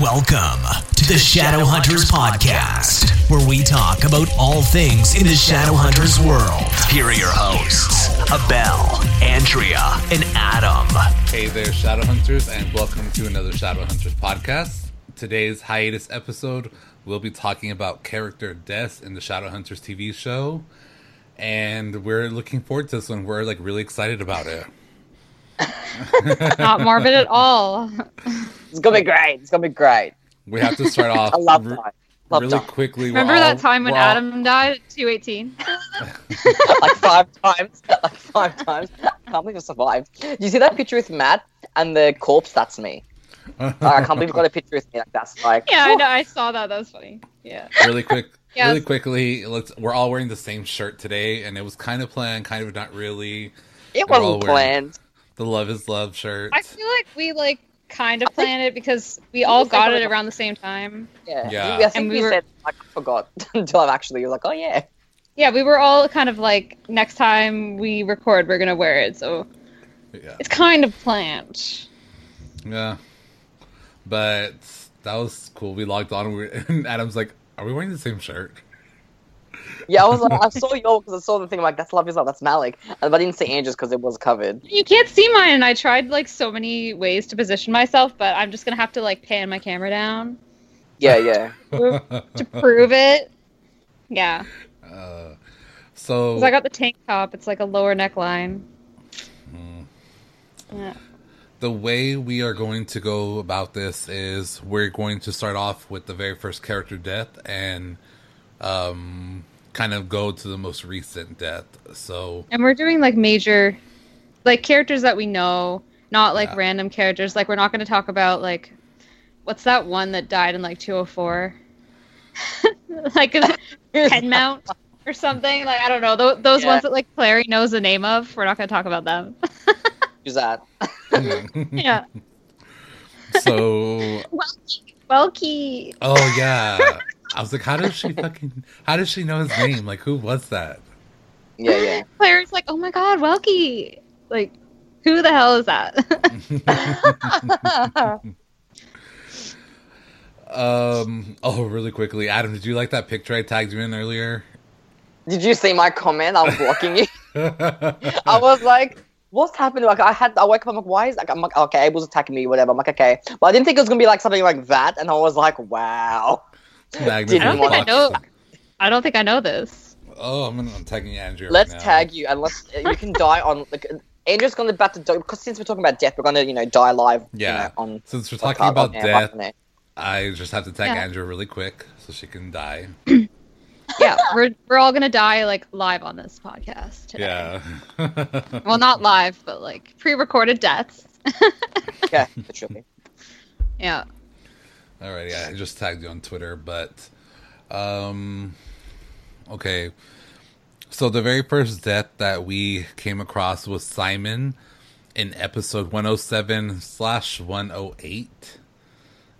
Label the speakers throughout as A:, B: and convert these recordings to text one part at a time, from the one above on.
A: Welcome to the Shadowhunters Podcast, where we talk about all things in the Shadowhunters world. Here are your hosts, Abel, Andrea, and Adam.
B: Hey there, Shadowhunters, and welcome to another Shadowhunters podcast. Today's hiatus episode, we'll be talking about character deaths in the Shadowhunters TV show, and we're looking forward to this one. We're like really excited about it.
C: not morbid at all.
D: It's gonna be great. It's gonna be great.
B: We have to start off
D: I love
B: re-
D: that. Love
B: really
D: that.
B: quickly. We're
C: Remember
B: all-
C: that time when
B: we're all-
C: Adam died at 218?
D: like five times. Like five times. I can't believe I survived. You see that picture with Matt and the corpse? That's me. Like, I can't believe I got a picture with me. Like that's like.
C: Yeah, I know. I saw that. That was funny. Yeah.
B: really quick
C: Yes.
B: really quickly let's we're all wearing the same shirt today and it was kind of planned kind of not really
D: It
B: We're all
D: wasn't
B: wearing-
D: planned.
B: the love is love shirt
C: I feel like we like kind of
D: think-
C: planned it because we all
D: think I
C: got
D: got
C: it
D: it.
C: around the same time.
D: Yeah.
B: Yeah.
D: We- I think
C: And we
D: we,
C: were-
D: said like I forgot until I've actually you're like oh yeah.
C: Yeah, we were all kind of like next time we record, we're gonna wear it. So
B: yeah
C: it's kind of planned.
B: yeah but that was cool we logged on and, we, and adam's like are we wearing the same shirt
D: Yeah, I was like, I saw your because I saw the thing like that's love is love that's Malik, and but I didn't see Andrew's because it was covered.
C: You can't see mine, and I tried like so many ways to position myself, but I'm just gonna have to like pan my camera down
D: Yeah, yeah.
C: to prove it. Yeah,
B: uh, so
C: 'Cause I got the tank top. It's like a lower neckline.
B: Mm.
C: Yeah.
B: the way we are going to go about this is we're going to start off with the very first character death and um kind of go to the most recent death so
C: And we're doing like major, like characters that we know, not like
B: Yeah.
C: random characters. Like we're not going to talk about like, what's that one that died in like 204? like a head mount or something. Like I don't know Tho- those
D: Yeah.
C: ones that like Clary knows the name of. We're not going to talk about them.
D: Who's that?
C: yeah.
B: so
C: Welky. Welky.
B: Oh yeah. I was like, how does she fucking? How does she know his name? Like, who was that?
D: Yeah, yeah.
C: Clary's like, oh my god, Welky. Like, who the hell is that?
B: um. Oh, really quickly, Adam, did you like that picture I tagged you in earlier?
D: Did you see my comment? I'm blocking you. I
B: oh,
D: was like, what's happening? Like, I had, I woke up, I'm like, why is, like, I'm like, okay, Abel's attacking me, whatever. I'm like, okay. But I didn't think it was going to be like something like that. And I was like, wow.
C: I don't think I know. I don't think I know this.
B: Oh, I'm, gonna, I'm tagging Andrew.
D: Let's
B: right now.
D: tag you and let's, you can die on, like, Andrew's going to about to die, because since we're talking about death, we're going to, you know, die live. you
B: Yeah.
D: know, on.
B: Since we're
D: podcast,
B: talking about
D: on air,
B: death,
D: on air.
B: I just have to tag
C: Yeah.
B: Andrew really quick so she can die.
C: Yeah, we're we're all gonna die like live on this podcast. Today.
B: Yeah.
C: Well, not live, but like pre-recorded deaths.
D: Yeah, it should be.
C: Yeah.
B: Alrighty, I just tagged you on Twitter, but um okay. So the very first death that we came across was Simon in episode 107 slash 108.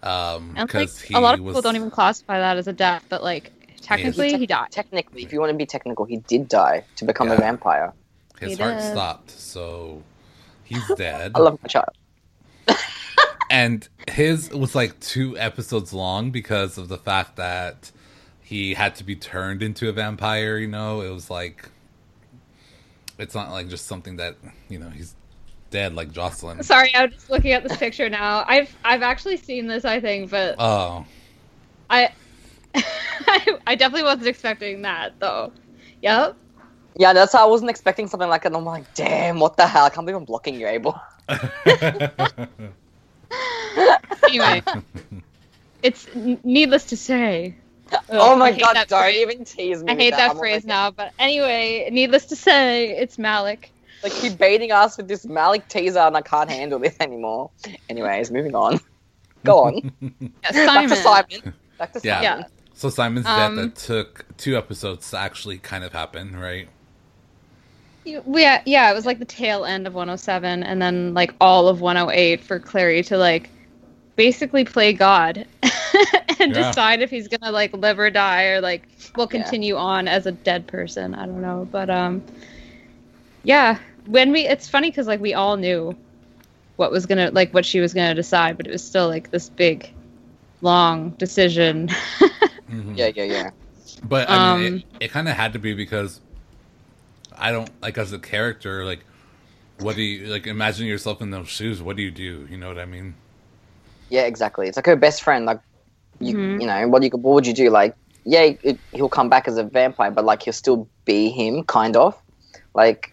B: Um,
C: And like
B: because
C: a lot of people don't even classify that as a death, but like technically he died.
D: Technically, if you want to be technical, he did die to become
B: Yeah.
D: a vampire.
B: his
C: He
B: heart
C: did.
B: stopped, so he's dead.
D: I love my child.
B: and his was like two episodes long because of the fact that he had to be turned into a vampire you know it was like it's not like just something that you know he's dead like jocelyn
C: Sorry, I'm just looking at this picture now. I've I've actually seen this, I think, but
B: oh
C: I, I definitely wasn't expecting that though. Yep.
D: Yeah, that's how I wasn't expecting something like that. and I'm like, damn, what the hell? I can't believe I'm blocking you, Abel.
C: Anyway, it's n- needless to say. Ugh,
D: Oh my
C: I hate
D: god,
C: that
D: don't
C: phrase.
D: even tease me.
C: I
D: with
C: hate that,
D: I'm
C: phrase
D: like,
C: now, but anyway, needless to say, it's Malik.
D: They keep baiting us with this Malik teaser, and I can't handle this anymore. Anyways, moving on. Go on.
C: Yeah,
D: Back to Simon. Back to
B: Yeah.
D: Simon.
C: Yeah.
B: so simon's
C: Um,
B: death that took two episodes to actually kind of happen right
C: You- Yeah, yeah, it was like the tail end of 107 and then like all of 108 for Clary to like basically play God and
B: Yeah.
C: decide if he's gonna like live or die or like will
D: Yeah.
C: continue on as a dead person. I don't know, but um, yeah, when we it's funny because like we all knew what was gonna like what she was gonna decide, but it was still like this big long decision.
B: Mhm.
D: Yeah, yeah, yeah.
B: But I mean,
C: Um,
B: it, it kind of had to be because I don't like as a character. Like, what do you like? Imagine yourself in those shoes. What do you do? You know what I mean?
D: Yeah, exactly. It's like her best friend. Like, you,
C: Mm-hmm.
D: you know, what you what would you do? Like, yeah, it, he'll come back as a vampire, but like he'll still be him, kind of. Like,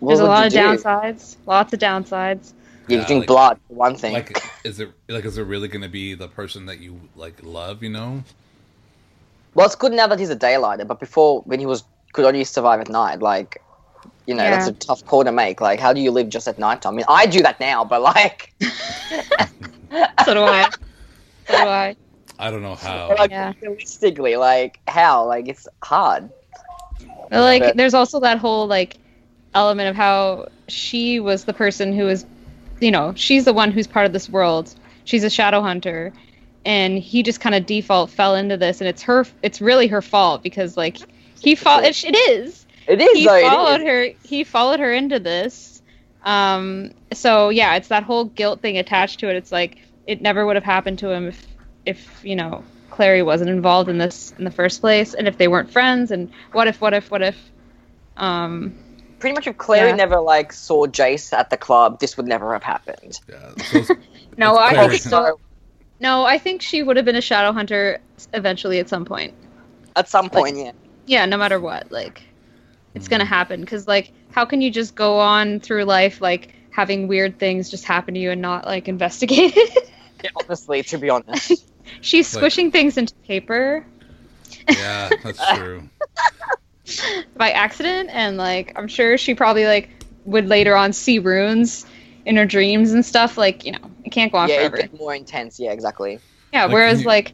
D: what
C: There's a
D: would
C: lot of
D: you do?
C: downsides. Lots of downsides.
D: You
B: Yeah,
D: drink
B: like-
D: blood, one thing.
B: Like, is it like is it really going to be the person that you like love? You know?
D: well, it's good now that he's a daylighter, but before when he was could only survive at night, like. You know, that's
C: Yeah.
D: a tough call to make. Like, how do you live just at night time? I mean, I do that now, but like,
C: So do I. so do I.
B: I don't know how.
D: like
C: Yeah.
D: realistically, like how? Like, it's hard.
C: But like,
D: But-
C: there's also that whole like element of how she was the person who was, you know, she's the one who's part of this world. She's a shadow hunter, and he just kind of default fell into this, and it's her. It's really her fault because like he fought. It, it is.
D: It is
C: He
D: though. it is.
C: followed her. He followed her into this. Um. So yeah, it's that whole guilt thing attached to it. It's like it never would have happened to him if, if you know, Clary wasn't involved in this in the first place, and if they weren't friends, and what if, what if, what if. Um.
D: pretty much if Clary
C: Yeah.
D: never like saw Jace at the club, this would never have happened.
B: Yeah, so it's-
C: No,
B: It's
C: I
B: Clary.
C: think so. No, I think she would have been a shadow hunter eventually at some point.
D: At some point, yeah.
C: yeah no matter what like it's gonna
B: Hmm.
C: happen because like how can you just go on through life like having weird things just happen to you and not like investigate it
D: Honestly, to be honest,
C: she's
B: Like-
C: squishing things into paper
B: yeah, that's true.
C: by accident and like i'm sure she probably like would later on see runes in her dreams and stuff like you know it can't go on
D: yeah, it
C: forever
D: gets more intense. Yeah, exactly.
C: yeah
B: Like,
C: whereas
B: you-
C: like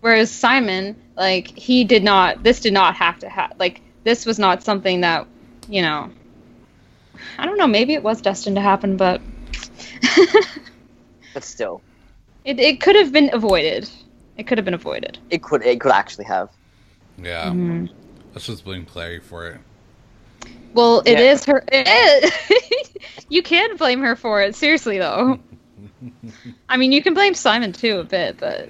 C: whereas simon like he did not this did not have to have like this was not something that you know i don't know maybe it was destined to happen but
D: But still,
C: It, it could have been avoided. It could have been avoided.
D: it could it could actually have.
B: Yeah,
C: Mm-hmm.
B: let's just blame Clary for it.
C: Well, it
D: Yeah.
C: is her. It is. you can blame her for it. Seriously, though. I mean, you can blame Simon too a bit, but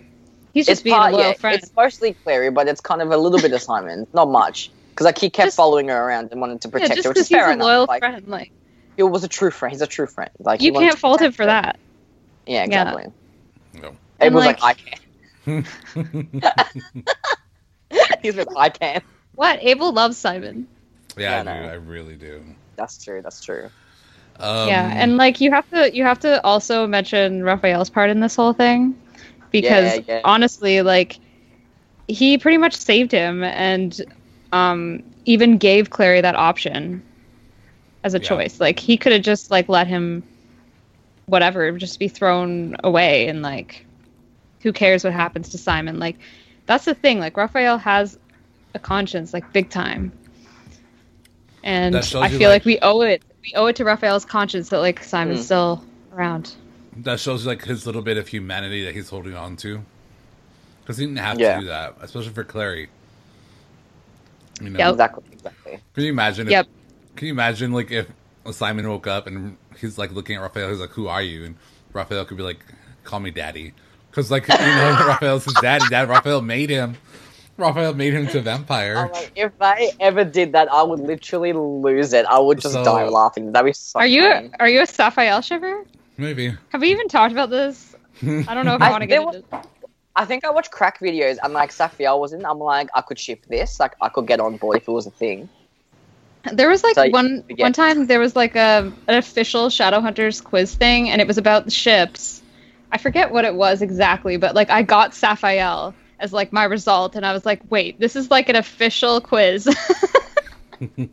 C: he's just being a loyal friend.
D: It's mostly Clary, but it's kind of a little bit of Simon. Not much, because like he kept
C: Just-
D: following her around and wanted to
C: Yeah,
D: protect
C: just
D: her, which
C: because
D: is
C: he's
D: fair
C: a
D: enough.
C: loyal
D: like,
C: friend, like
D: He was a true friend. He's a true friend. Like he
C: you
D: wanted
C: can't
D: to
C: fault him
D: protect
C: for
D: her.
C: that.
D: Yeah, exactly.
B: No.
D: It
C: And,
D: was like,
C: like-
D: I can. He's like I can.
C: What? Abel loves Simon.
B: Yeah, I
D: Yeah, no.
B: do. I really do.
D: That's true. That's true.
B: Um,
C: yeah, and like you have to, you have to also mention Raphael's part in this whole thing, because
D: Yeah, yeah.
C: honestly, like he pretty much saved him and um, even gave Clary that option as a
B: Yeah.
C: choice. Like he could have just like let him, whatever, just be thrown away and like, who cares what happens to Simon? Like that's the thing. Like Raphael has a conscience, like big time. And I
B: That
C: feel
B: shows you,
C: like,
B: like-
C: we owe it. We owe it to Raphael's conscience that like Simon's
D: Mm.
C: still around.
B: that shows like his little bit of humanity that he's holding on to because he didn't have
D: Yeah.
B: to do that especially for clary you know
C: Yep.
D: Exactly. Exactly.
B: can you imagine if,
C: Yep.
B: can you imagine like if simon woke up and he's like looking at raphael he's like who are you and raphael could be like call me daddy because like you know raphael's his daddy dad raphael made him raphael made him to a vampire
D: I'm like, if I ever did that, I would literally lose it. I would just
B: So-
D: die laughing. That'd be so.
C: Are you
D: funny.
C: are you a Saphael shiver?
B: maybe
C: Have we even talked about this? I don't know if I,
D: I-
C: want to
D: there
C: get into it.
D: I think I watched crack videos and like Safiel was in. I'm like, I could ship this. Like, I could get on board if it was a thing.
C: There was like
D: So,
C: one
D: yeah.
C: one time there was like a an official Shadowhunters quiz thing, and it was about the ships. I forget what it was exactly, but like I got Saphael as like my result, and I was like, wait, this is like an official quiz. and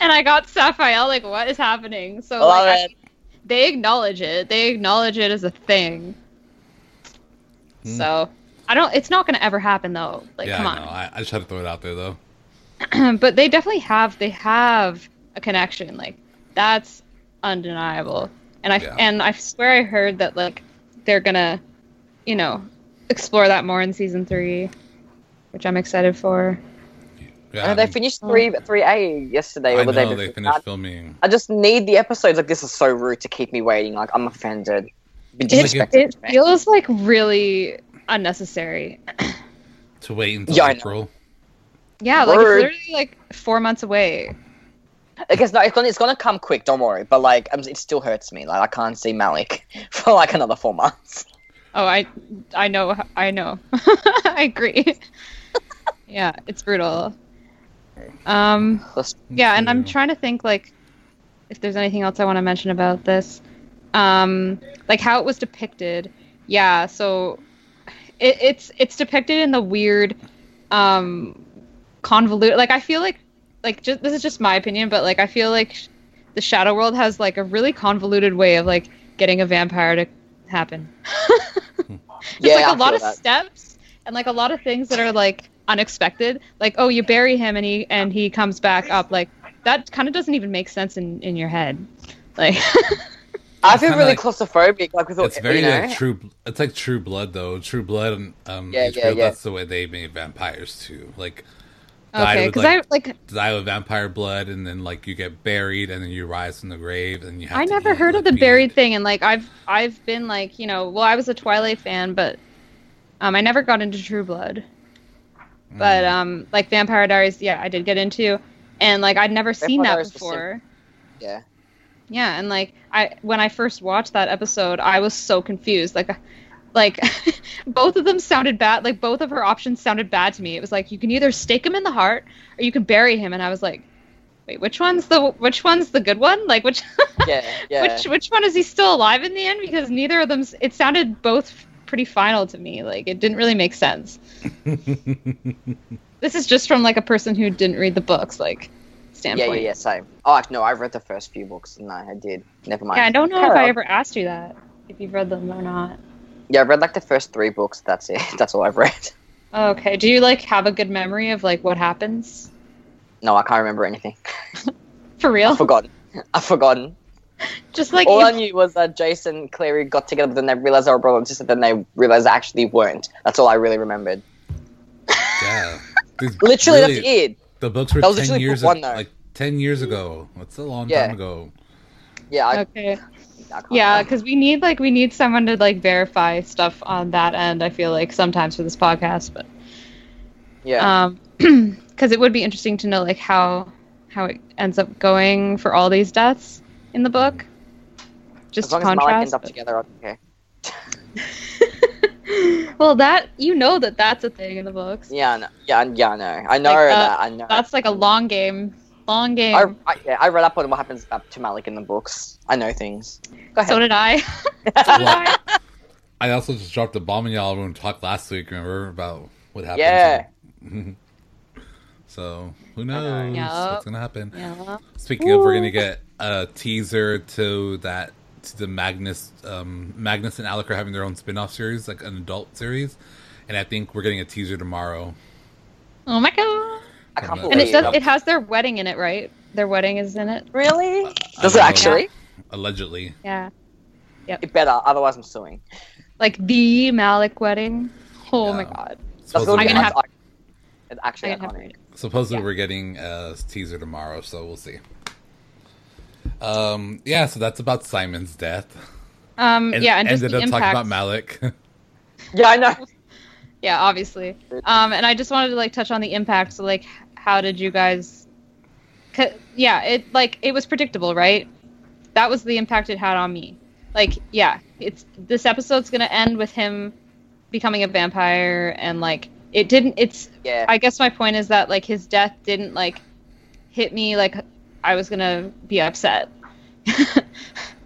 C: I got Saphael. Like, what is happening? So
D: Love
C: like, I-
D: it.
C: they acknowledge it. They acknowledge it as a thing.
B: Hmm.
C: So I don't. It's not going to ever happen though. Like,
B: yeah
C: come
B: I,
C: on.
B: know. I, I just had to throw it out there though
C: but they definitely have they have a connection like that's undeniable and i
B: Yeah.
C: and i swear i heard that like they're gonna you know explore that more in season three which i'm excited for
B: yeah
D: And they finished three three A yesterday.
B: Um, I
D: or the day
B: know they
D: before.
B: finished
D: I-
B: filming
D: I just need the episodes. Like, this is so rude to keep me waiting. Like, I'm offended. Be
C: it,
D: disrespectful
C: it
D: to me.
C: feels like really unnecessary.
B: to wait until
D: Yeah, I know.
B: April.
C: Yeah, like it's
D: Word.
C: literally like four months away.
D: I guess no, it's gonna, it's gonna come quick. Don't worry. But like, um, it still hurts me. Like I can't see Malik for like another four months.
C: Oh, I, I know, I know, I agree. yeah, it's brutal. Um,
D: Let's-
C: yeah, and I'm
B: Yeah.
C: trying to think like if there's anything else I want to mention about this, um, like how it was depicted. Yeah, so it, it's it's depicted in the weird, um, convoluted. Like I feel like like just this is just my opinion, but like I feel like sh- the Shadow World has like a really convoluted way of like getting a vampire to happen. It's
D: yeah,
C: like
D: I
C: a lot
D: feel
C: of
D: that.
C: steps and like a lot of things that are like unexpected. Like oh, you bury him and he and he comes back up. Like that kind of doesn't even make sense in in your head. Like
D: I feel
B: kinda
D: really
B: like-
D: claustrophobic. Like with all,
B: It's very
D: you know,
B: like true. It's like True Blood though. True Blood and um,
D: Yeah,
B: HBO,
D: yeah, yeah.
B: That's the way they made vampires too. Like died
C: okay,
B: with,
C: because
B: like,
C: I like
B: die with vampire blood, and then like you get buried, and then you rise from the grave, and you. Have
C: I
B: to
C: never
B: eat,
C: heard of
B: like,
C: the
B: meat.
C: buried thing, and like I've I've been like you know well I was a Twilight fan, but um I never got into True Blood,
B: Mm.
C: but um like Vampire Diaries, yeah I did get into, and like I'd never seen
D: Vampire
C: that
D: Diaries was sick.
C: before.
D: yeah.
C: Yeah, and like I when I first watched that episode, I was so confused. Like like both of them sounded bad. Like both of her options sounded bad to me. It was like you can either stake him in the heart or you can bury him and I was like, "Wait, which one's the which one's the good one? Like which
D: yeah, yeah.
C: which which one is he still alive in the end because neither of them s- it sounded both pretty final to me. Like it didn't really make sense. this is just from like a person who didn't read the books like
D: yeah,
C: standpoint.
D: yeah, yeah, same. Oh like, no, I read the first few books. No, I did. Never mind.
C: Yeah, I don't know if
D: Carry
C: I
D: on.
C: ever asked you that, if you've read them or not.
D: Yeah, I read like the first three books. That's it. That's all I've read.
C: Okay. Do you like have a good memory of like what happens?
D: No, I can't remember anything.
C: For real?
D: I've forgotten. I've forgotten.
C: Just like
D: All I
C: if-
D: knew was that Jason and Clary got together, but then they realized they were brothers and sisters, then they realized they actually weren't. That's all I really remembered.
B: Yeah. These-
D: Literally,
B: really,
D: that's it.
B: The books were
D: That was
B: ten
D: literally
B: years
D: book one,
B: ago,
D: though.
B: like ten years ago. That's a long
D: Yeah.
B: time ago.
D: Yeah, I,
C: okay.
D: I can't
C: Yeah,
D: remember.
C: because we need like we need someone to like verify stuff on that end. I feel like sometimes for this podcast, but
D: yeah.
C: um, because it would be interesting to know like how how it ends up going for all these deaths in the book. Just
D: as long
C: to
D: as Malik ends
C: contrast.
D: up
C: but-
D: together, I'm okay.
C: well, that you know that that's a thing in the books.
D: Yeah, I know. yeah, I- yeah. I know. I know
C: Like, uh,
D: that. I know.
C: That's like a long game. Long game.
D: I, I, yeah, I read up on what happens up to Malik in the books. I know things. Go ahead.
C: So did I. so did I.
B: I also just dropped a bomb in y'all when we talked last week. Remember about what happened?
D: Yeah.
B: so who knows
C: Yeah.
B: what's gonna happen?
C: Yeah.
B: Speaking of, we're gonna get a teaser to that to the Magnus, um, Magnus and Alec are having their own spin-off series, like an adult series, and I think we're getting a teaser tomorrow.
C: Oh my god.
D: I can't
B: And
D: believe
C: And it does.
B: Yep.
C: It has their wedding in it, right? Their wedding is in it.
D: Really? Does
B: I
D: it
B: don't know.
D: actually?
B: Allegedly,
C: Yeah.
D: It better, otherwise I'm suing.
C: Like the Malik wedding. Oh my
B: Yeah.
C: god.
B: supposedly,
C: I'm gonna have-
D: It's actually
C: I have to
D: iconic.
C: read it.
B: supposedly
C: yeah.
B: we're getting a teaser tomorrow, so we'll see. Um, yeah, so that's about Simon's death.
C: Um.
B: And
C: yeah. And just
B: ended
C: the
B: up
C: impact.
B: talking about Malik.
D: Yeah, I know.
C: Yeah. Obviously. Um. And I just wanted to like touch on the impact. So like, how did you guys? 'ca- Yeah. It like it was predictable, right? That was the impact it had on me. Like, yeah. It's this episode's gonna end with him becoming a vampire, and like it didn't. It's
D: Yeah.
C: I guess my point is that like his death didn't like hit me like I was gonna be upset.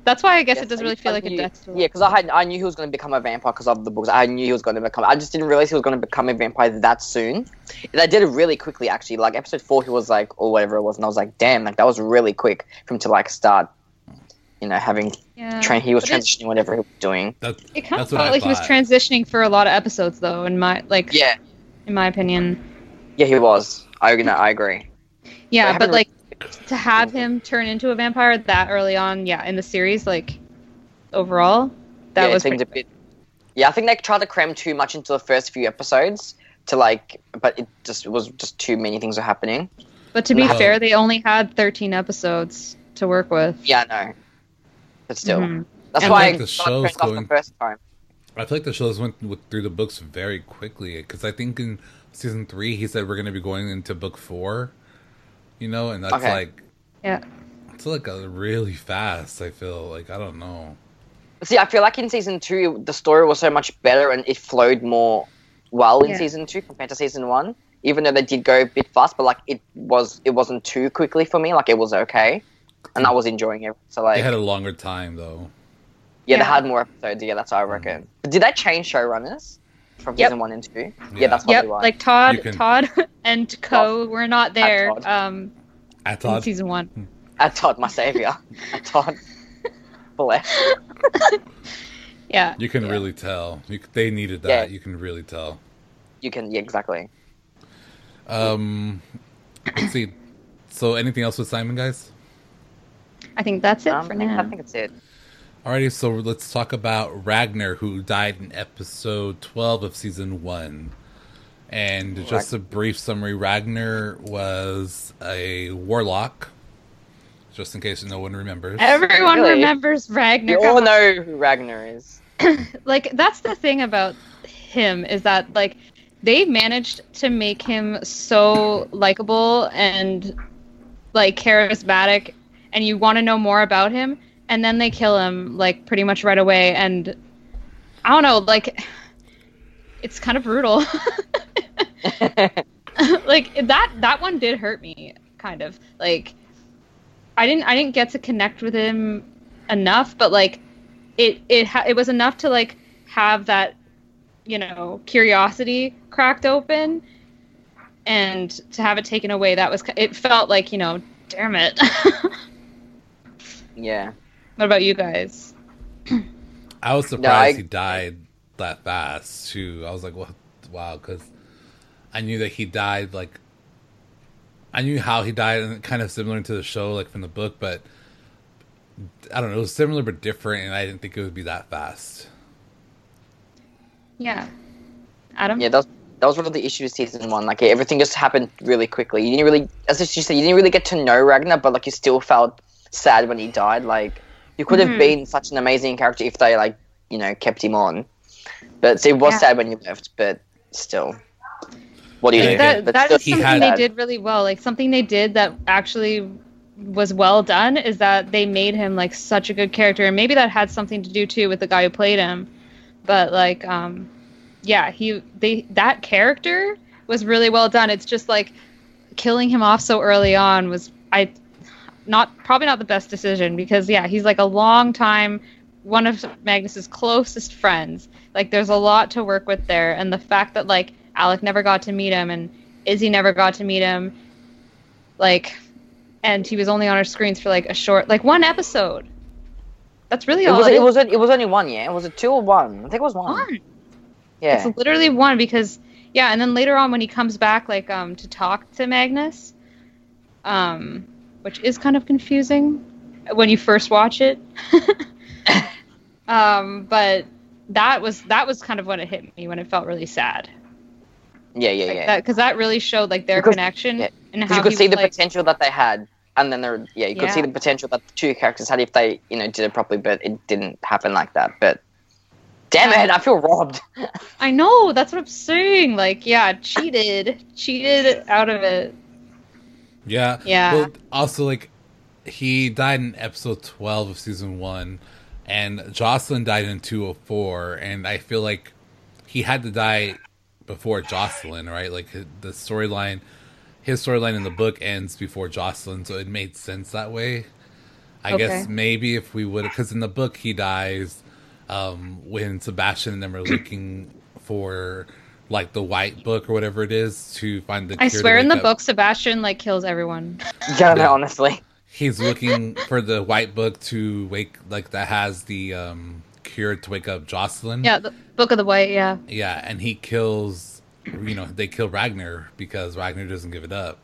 C: That's why I guess
D: Yes,
C: it doesn't
D: I-
C: really feel
D: I
C: like a
D: knew-
C: death. to me.
D: Yeah, because I had, I knew he was going to become a vampire because of the books. I knew he was going to become. I just didn't realize he was going to become a vampire that soon. They did it really quickly, actually. Like episode four, he was like, or whatever it was, and I was like, damn, like that was really quick for him to like start. You know, having
C: Yeah.
D: train, he was
C: Uh, But it-
D: transitioning whatever he was doing.
B: that,
C: It kind of
B: that's what I
C: felt like he was
B: thought.
C: transitioning for a lot of episodes, though. In my like,
D: Yeah,
C: in my opinion,
D: yeah, he was. I, you know, I agree.
C: yeah.
D: I
C: But
D: haven't
C: like to have him turn into a vampire that early on, yeah, in the series, like overall, that
D: yeah,
C: was
D: it seemed
C: pretty
D: a bit. Yeah, I think they tried to cram too much into the first few episodes to like, but it just it was just too many things were happening.
C: But to be
B: Wow.
C: fair, they only had thirteen episodes to work with.
D: Yeah, I know. But still,
C: Mhm.
D: that's
C: And
D: why
B: like
D: I
B: the
D: got
B: show's
D: turned off
B: going-
D: the first time.
B: I feel like the shows went with, through the books very quickly because I think in season three he said we're going to be going into book four, you know, and that's
D: Okay.
B: like
C: Yeah.
B: it's like a really fast. I feel like I don't know.
D: See, I feel like in season two the story was so much better and it flowed more well in
C: Yeah.
D: season two compared to season one. Even though they did go a bit fast, but like it was, it wasn't too quickly for me. Like it was okay, and I was enjoying it. So like,
B: They had a longer time though.
D: yeah, they
C: Yeah.
D: had more episodes. Yeah, that's what I
B: Mm.
D: reckon. But did they change showrunners from
C: Yep.
D: season one and two? Yeah,
B: Yeah.
D: that's probably
C: Yep.
D: why.
C: Like Todd,
B: You can-
C: Todd, and Co. Were not there.
D: Todd.
C: Um,
B: I
C: in
B: thought
C: season
B: Hmm.
C: one.
D: At Todd, my savior. At Todd. Bless.
C: Yeah.
B: you can
D: Yeah.
B: really tell. You, c- they needed that.
D: Yeah.
B: You can really tell.
D: You can, yeah, exactly.
B: Um, let's see. So, anything else with Simon, guys?
C: I think that's it
D: Um,
C: for
D: I think-
C: now.
D: I think it's it.
B: Alrighty, so let's talk about Ragnar, who died in episode 12 of season one. And just a brief summary Ragnar was a warlock, just in case no one remembers.
C: Everyone
D: Really?
C: remembers Ragnar.
D: We all know who Ragnar is.
C: like that's the thing about him is that like they managed to make him so likable and like charismatic and you want to know more about him and then they kill him like pretty much right away and i don't know like it's kind of brutal like that that one did hurt me kind of like i didn't i didn't get to connect with him enough but like it it ha- it was enough to like have that you know curiosity cracked open and to have it taken away that was ki- it felt like you know damn it
D: Yeah.
C: what about you guys
B: I was surprised
D: I-
B: he died that fast, too. I was like, what? wow, because I knew that he died, like, I knew how he died, and kind of similar to the show, like from the book, but I don't know, it was similar but different, and I didn't think it would be that fast.
C: yeah adam
D: Yeah, that was, that was one of the issues with season one. Like, everything just happened really quickly. You didn't really, as you said, you didn't really get to know Ragnar, but like, you still felt sad when he died. Like, you could have
C: Mhm.
D: been such an amazing character if they, like, you know, kept him on. But so it was
C: Yeah.
D: sad when you left, but still. What do you
B: Yeah,
D: do?
C: that,
D: But
C: that
D: still,
C: is
B: He
C: something
B: had-
C: they did really well like something they did that actually was well done is that they made him like such a good character and maybe that had something to do too with the guy who played him but like um yeah he they that character was really well done it's just like killing him off so early on was i not probably not the best decision because yeah he's like a long time one of magnus's closest friends like there's a lot to work with there and the fact that like alec never got to meet him and izzy never got to meet him like and he was only on our screens for like a short like one episode that's really
D: It
C: all
D: was,
C: it
D: it,
C: is.
D: was, it was only one, yeah? Was it two or one? I think it was one.
C: One.
D: Yeah.
C: It's literally one because yeah, and then later on when he comes back like um to talk to Magnus, um, which is kind of confusing when you first watch it. um, but that was that was kind of when it hit me when it felt really sad.
D: yeah, yeah,
C: Like
D: yeah.
C: that because that really showed like their
D: Because-
C: connection
D: yeah.
C: and how
D: Because you could
C: he
D: see
C: was,
D: the
C: like,
D: potential that they had, and then there, yeah, you could see
C: Yeah.
D: the potential that the two characters had if they, you know, did it properly. But it didn't happen like that. But damn it, I feel robbed.
C: I know that's what I'm saying. Like yeah, cheated, cheated out of it.
B: Yeah.
C: Yeah.
B: Well, also, like, he died in episode 12 of season one, and Jocelyn died in 204. And I feel like he had to die before Jocelyn, right? Like, the storyline, his storyline in the book ends before Jocelyn, so it made sense that way. I guess
C: Okay.
B: maybe if we would, because in the book, he dies um, when Sebastian and them are looking for. Like the white book or whatever it is to find the.
C: I
B: cure to
C: swear in
B: wake
C: the
B: up.
C: book Sebastian like kills everyone.
D: yeah, no, honestly,
B: he's looking for the white book to wake like that has the um cure to wake up Jocelyn.
C: Yeah, the Book of the White, yeah.
B: Yeah, and he kills you know, they kill Ragnar because Ragnar doesn't give it up.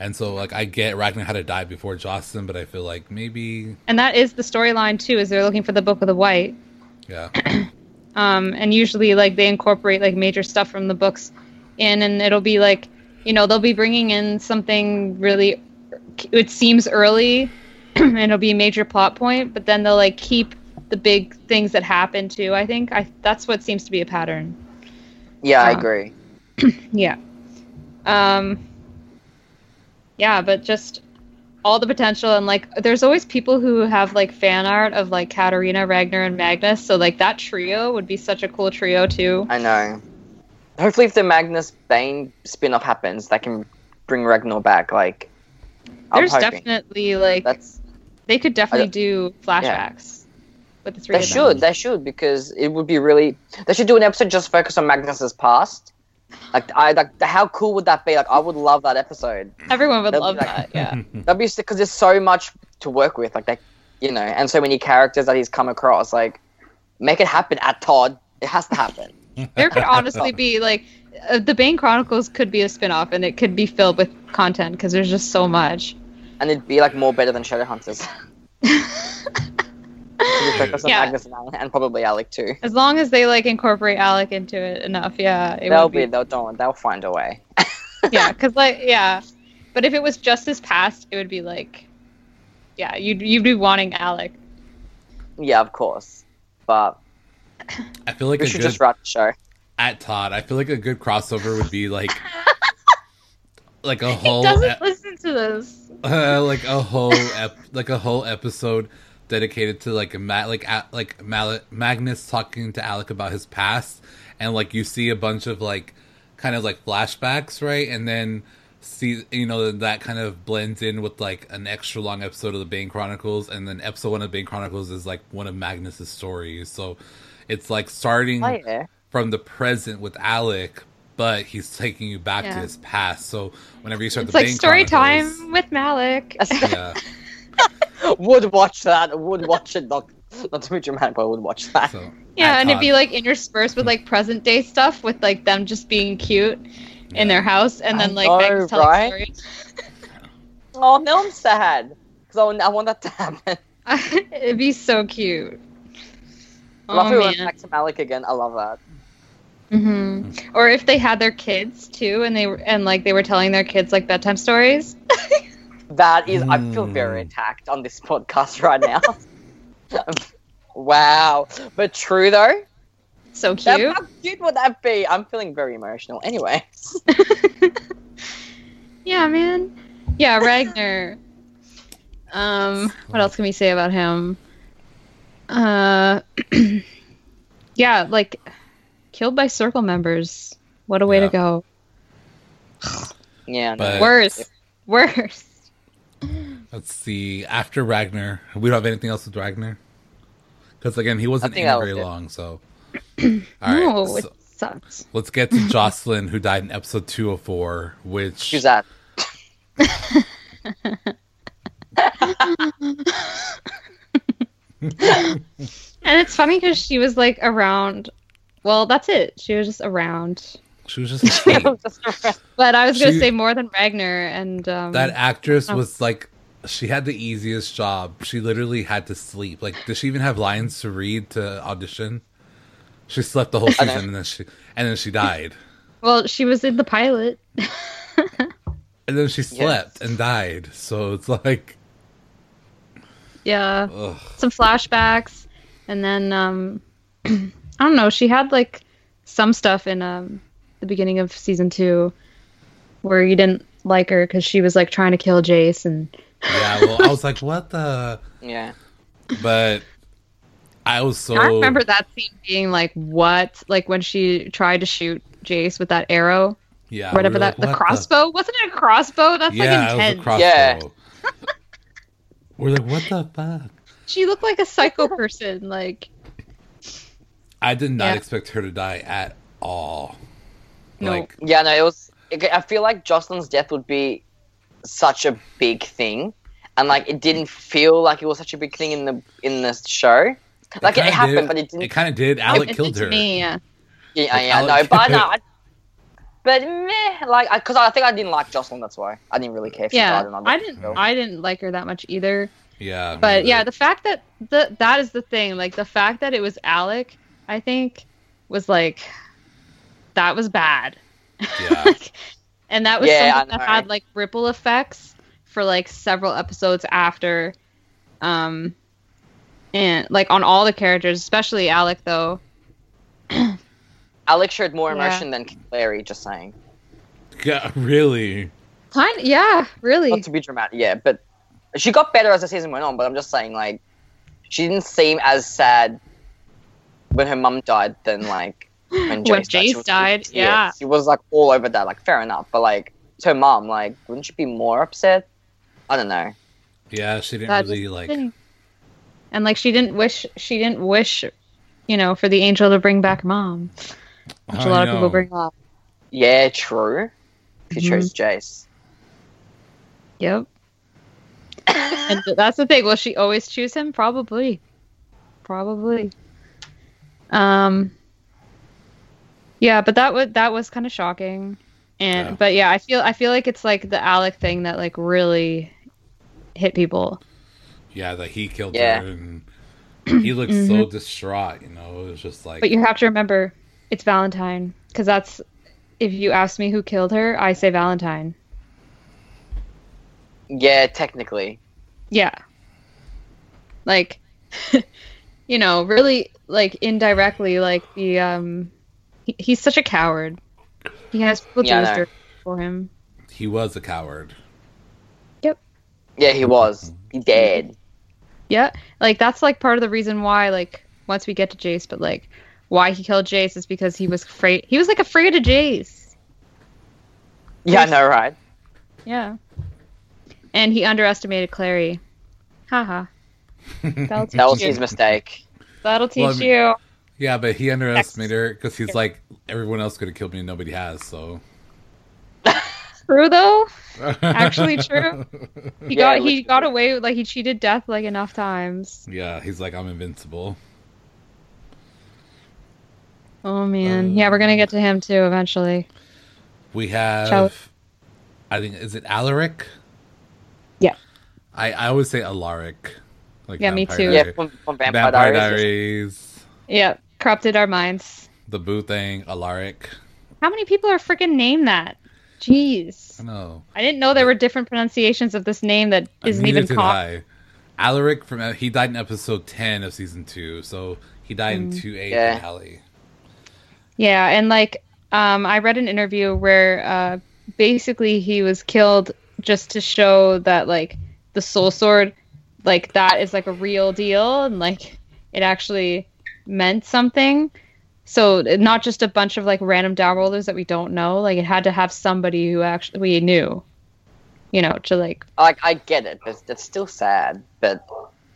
B: And so like I get Ragnar had to die before Jocelyn, but I feel like maybe
C: and that is the storyline too is they're looking for the book of the white
B: yeah.
C: um, and usually like they incorporate like major stuff from the books in and it'll be like you know they'll be bringing in something really it seems early and it'll be a major plot point but then they'll like keep the big things that happen too. I think I that's what seems to be a pattern.
D: Yeah, I
C: Uh,
D: agree.
C: Yeah. Um Yeah, but just all the potential and like there's always people who have like fan art of like Katarina, Ragnar and Magnus, so like that trio would be such a cool trio too.
D: I know. Hopefully, if the Magnus Bane spin off happens, they can bring Ragnar back. Like, I'm
C: There's
D: hoping.
C: definitely like
D: That's
C: they could definitely do
D: yeah.
C: flashbacks with the three
D: they
C: of them.
D: should. They should because it would be really. They should do an episode just focused on Magnus's past. Like, I like. How cool would that be? Like, I would love that episode.
C: Everyone would
D: That'd be
C: love
D: like-
C: that, yeah.
D: That'd be because there's so much to work with. Like, they, you know, and so many characters that he's come across. Like, make it happen at Todd. It has to happen.
C: there could honestly be like uh, the Bane Chronicles could be a spin-off and it could be filled with content because there's just so much.
D: and it'd be like more better than Shadowhunters. We'd focus on
C: Yeah.
D: Magnus and, Alec- and probably Alec too.
C: As long as they like incorporate Alec into it enough, yeah, it
D: They'll
C: would
D: be, they'll don't they'll find a way.
C: yeah, because like yeah, but if it was just his past, it would be like, yeah, you'd you'd be wanting Alec.
D: Yeah, of course. But
B: I feel like
D: we
B: a
D: should
B: good
D: just write the show.
B: at Todd. I feel like a good crossover would be like like a
C: He
B: whole e-
C: doesn't
B: ep-
C: listen to this.
B: uh, like a whole ep- like a whole episode dedicated to like a ma- like a- like Mal- Magnus talking to Alec about his past, and like you see a bunch of like kind of like flashbacks, right? And then see you know that kind of blends in with like an extra long episode of the Bane Chronicles, and then episode one of Bane Chronicles is like one of Magnus's stories, so. It's like starting
D: Oh yeah.
B: from the present with Alec, but he's taking you back to
C: Yeah.
B: his past. So whenever you start
C: It's
B: the
C: like
B: Bane
C: story
B: Chronicles-
C: time with Malik.
B: yeah,
D: would watch that. Would watch it. Not not to be dramatic, but I would watch that.
B: so
C: Yeah,
B: at
C: and it'd be
B: Todd.
C: like interspersed with like present day stuff with like them just being cute
B: Yeah.
C: in their house, and then
D: I
C: like
D: know,
C: Magnus telling
D: right?
C: stories.
D: Oh, now I'm sad because I, want that to happen.
C: it'd be so cute.
D: I
C: Oh,
D: love it when it's
C: man.
D: back to Malik again. I love that.
C: hmm Or if they had their kids too, and they were and like they were telling their kids like bedtime stories.
D: That is, I feel very
B: Mm.
D: attacked on this podcast right now. wow, but true though.
C: So
D: That-
C: cute.
D: how cute would that be? I'm feeling very emotional. Anyway,
C: Yeah, man. Yeah, Ragnar. um, what else can we say about him? Uh, yeah, like killed by circle members. What a way
B: Yeah.
C: to go.
D: yeah.
B: But-
C: Worse, worse.
B: Let's see. After Ragnar, we don't have anything else with Ragnar because again, he wasn't in
D: think that
B: very
D: was it.
B: long. So all right,
C: no,
B: so
C: it sucks.
B: let's get to Jocelyn, who died in episode two of four, which
D: Who's that?
C: And it's funny because she was like around. Well, that's it. She was just around.
B: she was just a teen.
C: But I was gonna
B: She-
C: say more than Ragnar and um,
B: that actress
C: Oh.
B: was like she had the easiest job she literally had to sleep like does she even have lines to read to audition she slept the whole
D: I know.
B: season and then she and then she died
C: well, she was in the pilot.
B: and then she slept and died so it's like
C: yeah.
B: ugh.
C: some flashbacks and then um i don't know she had like some stuff in um the beginning of season two where you didn't like her because she was like trying to kill jace and
B: yeah well i was like what the
D: Yeah.
B: but i was so
C: i remember that scene being like what like when she tried to shoot jace with that arrow
B: yeah
C: whatever
B: we were like,
C: that the
B: what
C: crossbow wasn't it a crossbow that's
B: yeah
C: like
B: it
C: intense
B: was a crossbow we're like what the fuck
C: she looked like a psycho person like
B: i did not
C: Yeah.
B: expect her to die at all
C: No.
B: like
D: Yeah, no, it was. it- I feel like Jocelyn's death would be such a big thing, and like it didn't feel like it was such a big thing in the in the show. Like it,
B: kinda
D: happened,
B: did-
D: but it didn't.
B: It kind of did. Alec
C: it
B: killed
C: did to
B: her.
C: me uh, yeah
D: yeah,
B: like,
D: yeah, no,
B: Alex-
D: but no, I, but meh, like because I, think I didn't like Jocelyn. That's why I didn't really care. If she
C: yeah
D: died or not.
C: i didn't i didn't like her that much either
B: Yeah,
C: but yeah the fact that the, that is the thing like the fact that it was alec i think was like that was bad
B: yeah,
C: and that was
D: Yeah,
C: something
D: I
C: that
D: know.
C: had like ripple effects for like several episodes after um and like on all the characters, especially Alec though.
D: Alex showed more
C: Yeah.
D: emotion than Clary. Just saying,
B: God, really?
C: Kind yeah, really.
D: not to be dramatic, yeah, but she got better as the season went on. But I'm just saying, like, she didn't seem as sad when her mum died than like when
C: When
D: Jace, died. She
C: Jace
D: was-
C: died, yeah.
D: she was like all over that. Like, fair enough, but like, it's her mum. Like, wouldn't she be more upset? I don't know.
B: Yeah, she didn't
C: That's
B: really like.
C: thing. And like she didn't wish she didn't wish, you know, for the angel to bring back mom,
B: oh,
C: which
B: I
C: a lot of people
B: know.
C: bring up.
D: Yeah, true. She
C: Mhm.
D: chose Jace.
C: Yep. and that's the thing. Will she always choose him? Probably. Probably. Um Yeah, but that would that was kind of shocking. And
B: Yeah.
C: but yeah, I feel I feel like it's like the Alec thing that like really hit people.
B: Yeah, that he killed
D: Yeah.
B: her, and he looked so distraught. You know, it was just like.
C: Mm-hmm. But you have to remember it's Valentine cuz that's if you ask me who killed her, I say Valentine.
D: Yeah, technically.
C: Yeah. Like you know, really like indirectly like the um he, he's such a coward. He has people
D: Yeah, I
C: do his
D: know.
C: dirt for him.
B: he was a coward.
D: Yeah, he was. He did.
C: Yeah. Like that's like part of the reason why like once we get to Jace but like why he killed Jace is because he was afraid he was like afraid of Jace.
D: Yeah, I know, right?
C: Yeah. And he underestimated Clary. Haha. That'll teach
D: That was
C: you.
D: his mistake.
C: That'll teach
B: Well, I mean-
C: you.
B: Yeah, but he underestimated her because he's like, everyone else could have killed me and nobody has, so.
C: True though. Actually true. He
D: Yeah,
C: got he
D: literally.
C: got away with- like he cheated death like enough times.
B: Yeah, he's like, I'm invincible.
C: Oh man, yeah, we're gonna get to him too eventually.
B: We have,
C: Shall-
B: I think, is it Alaric?
C: Yeah.
B: I, I always say Alaric. Like
C: Yeah, me
B: Vampire
C: too.
D: Yeah,
B: Diaries.
D: from, from Vampire,
B: Vampire,
D: Diaries.
B: Diaries,
C: Yeah, corrupted our minds.
B: the Boo thing, Alaric.
C: How many people are freaking named that? Jeez,
B: I know.
C: I didn't know there were different pronunciations of this name that isn't
B: Neither
C: even
B: did
C: called.
B: I. Alaric from uh, he died in episode ten of season two, so he died
C: Mm.
B: in two eight
D: Yeah.
B: in Alley.
C: Yeah, and like um, I read an interview where uh, basically he was killed just to show that like the soul sword, like that is like a real deal and like it actually meant something. So not just a bunch of like random downrollers that we don't know. Like it had to have somebody who actually we knew, you know, to like
D: Like, I get it. That's, that's still sad, but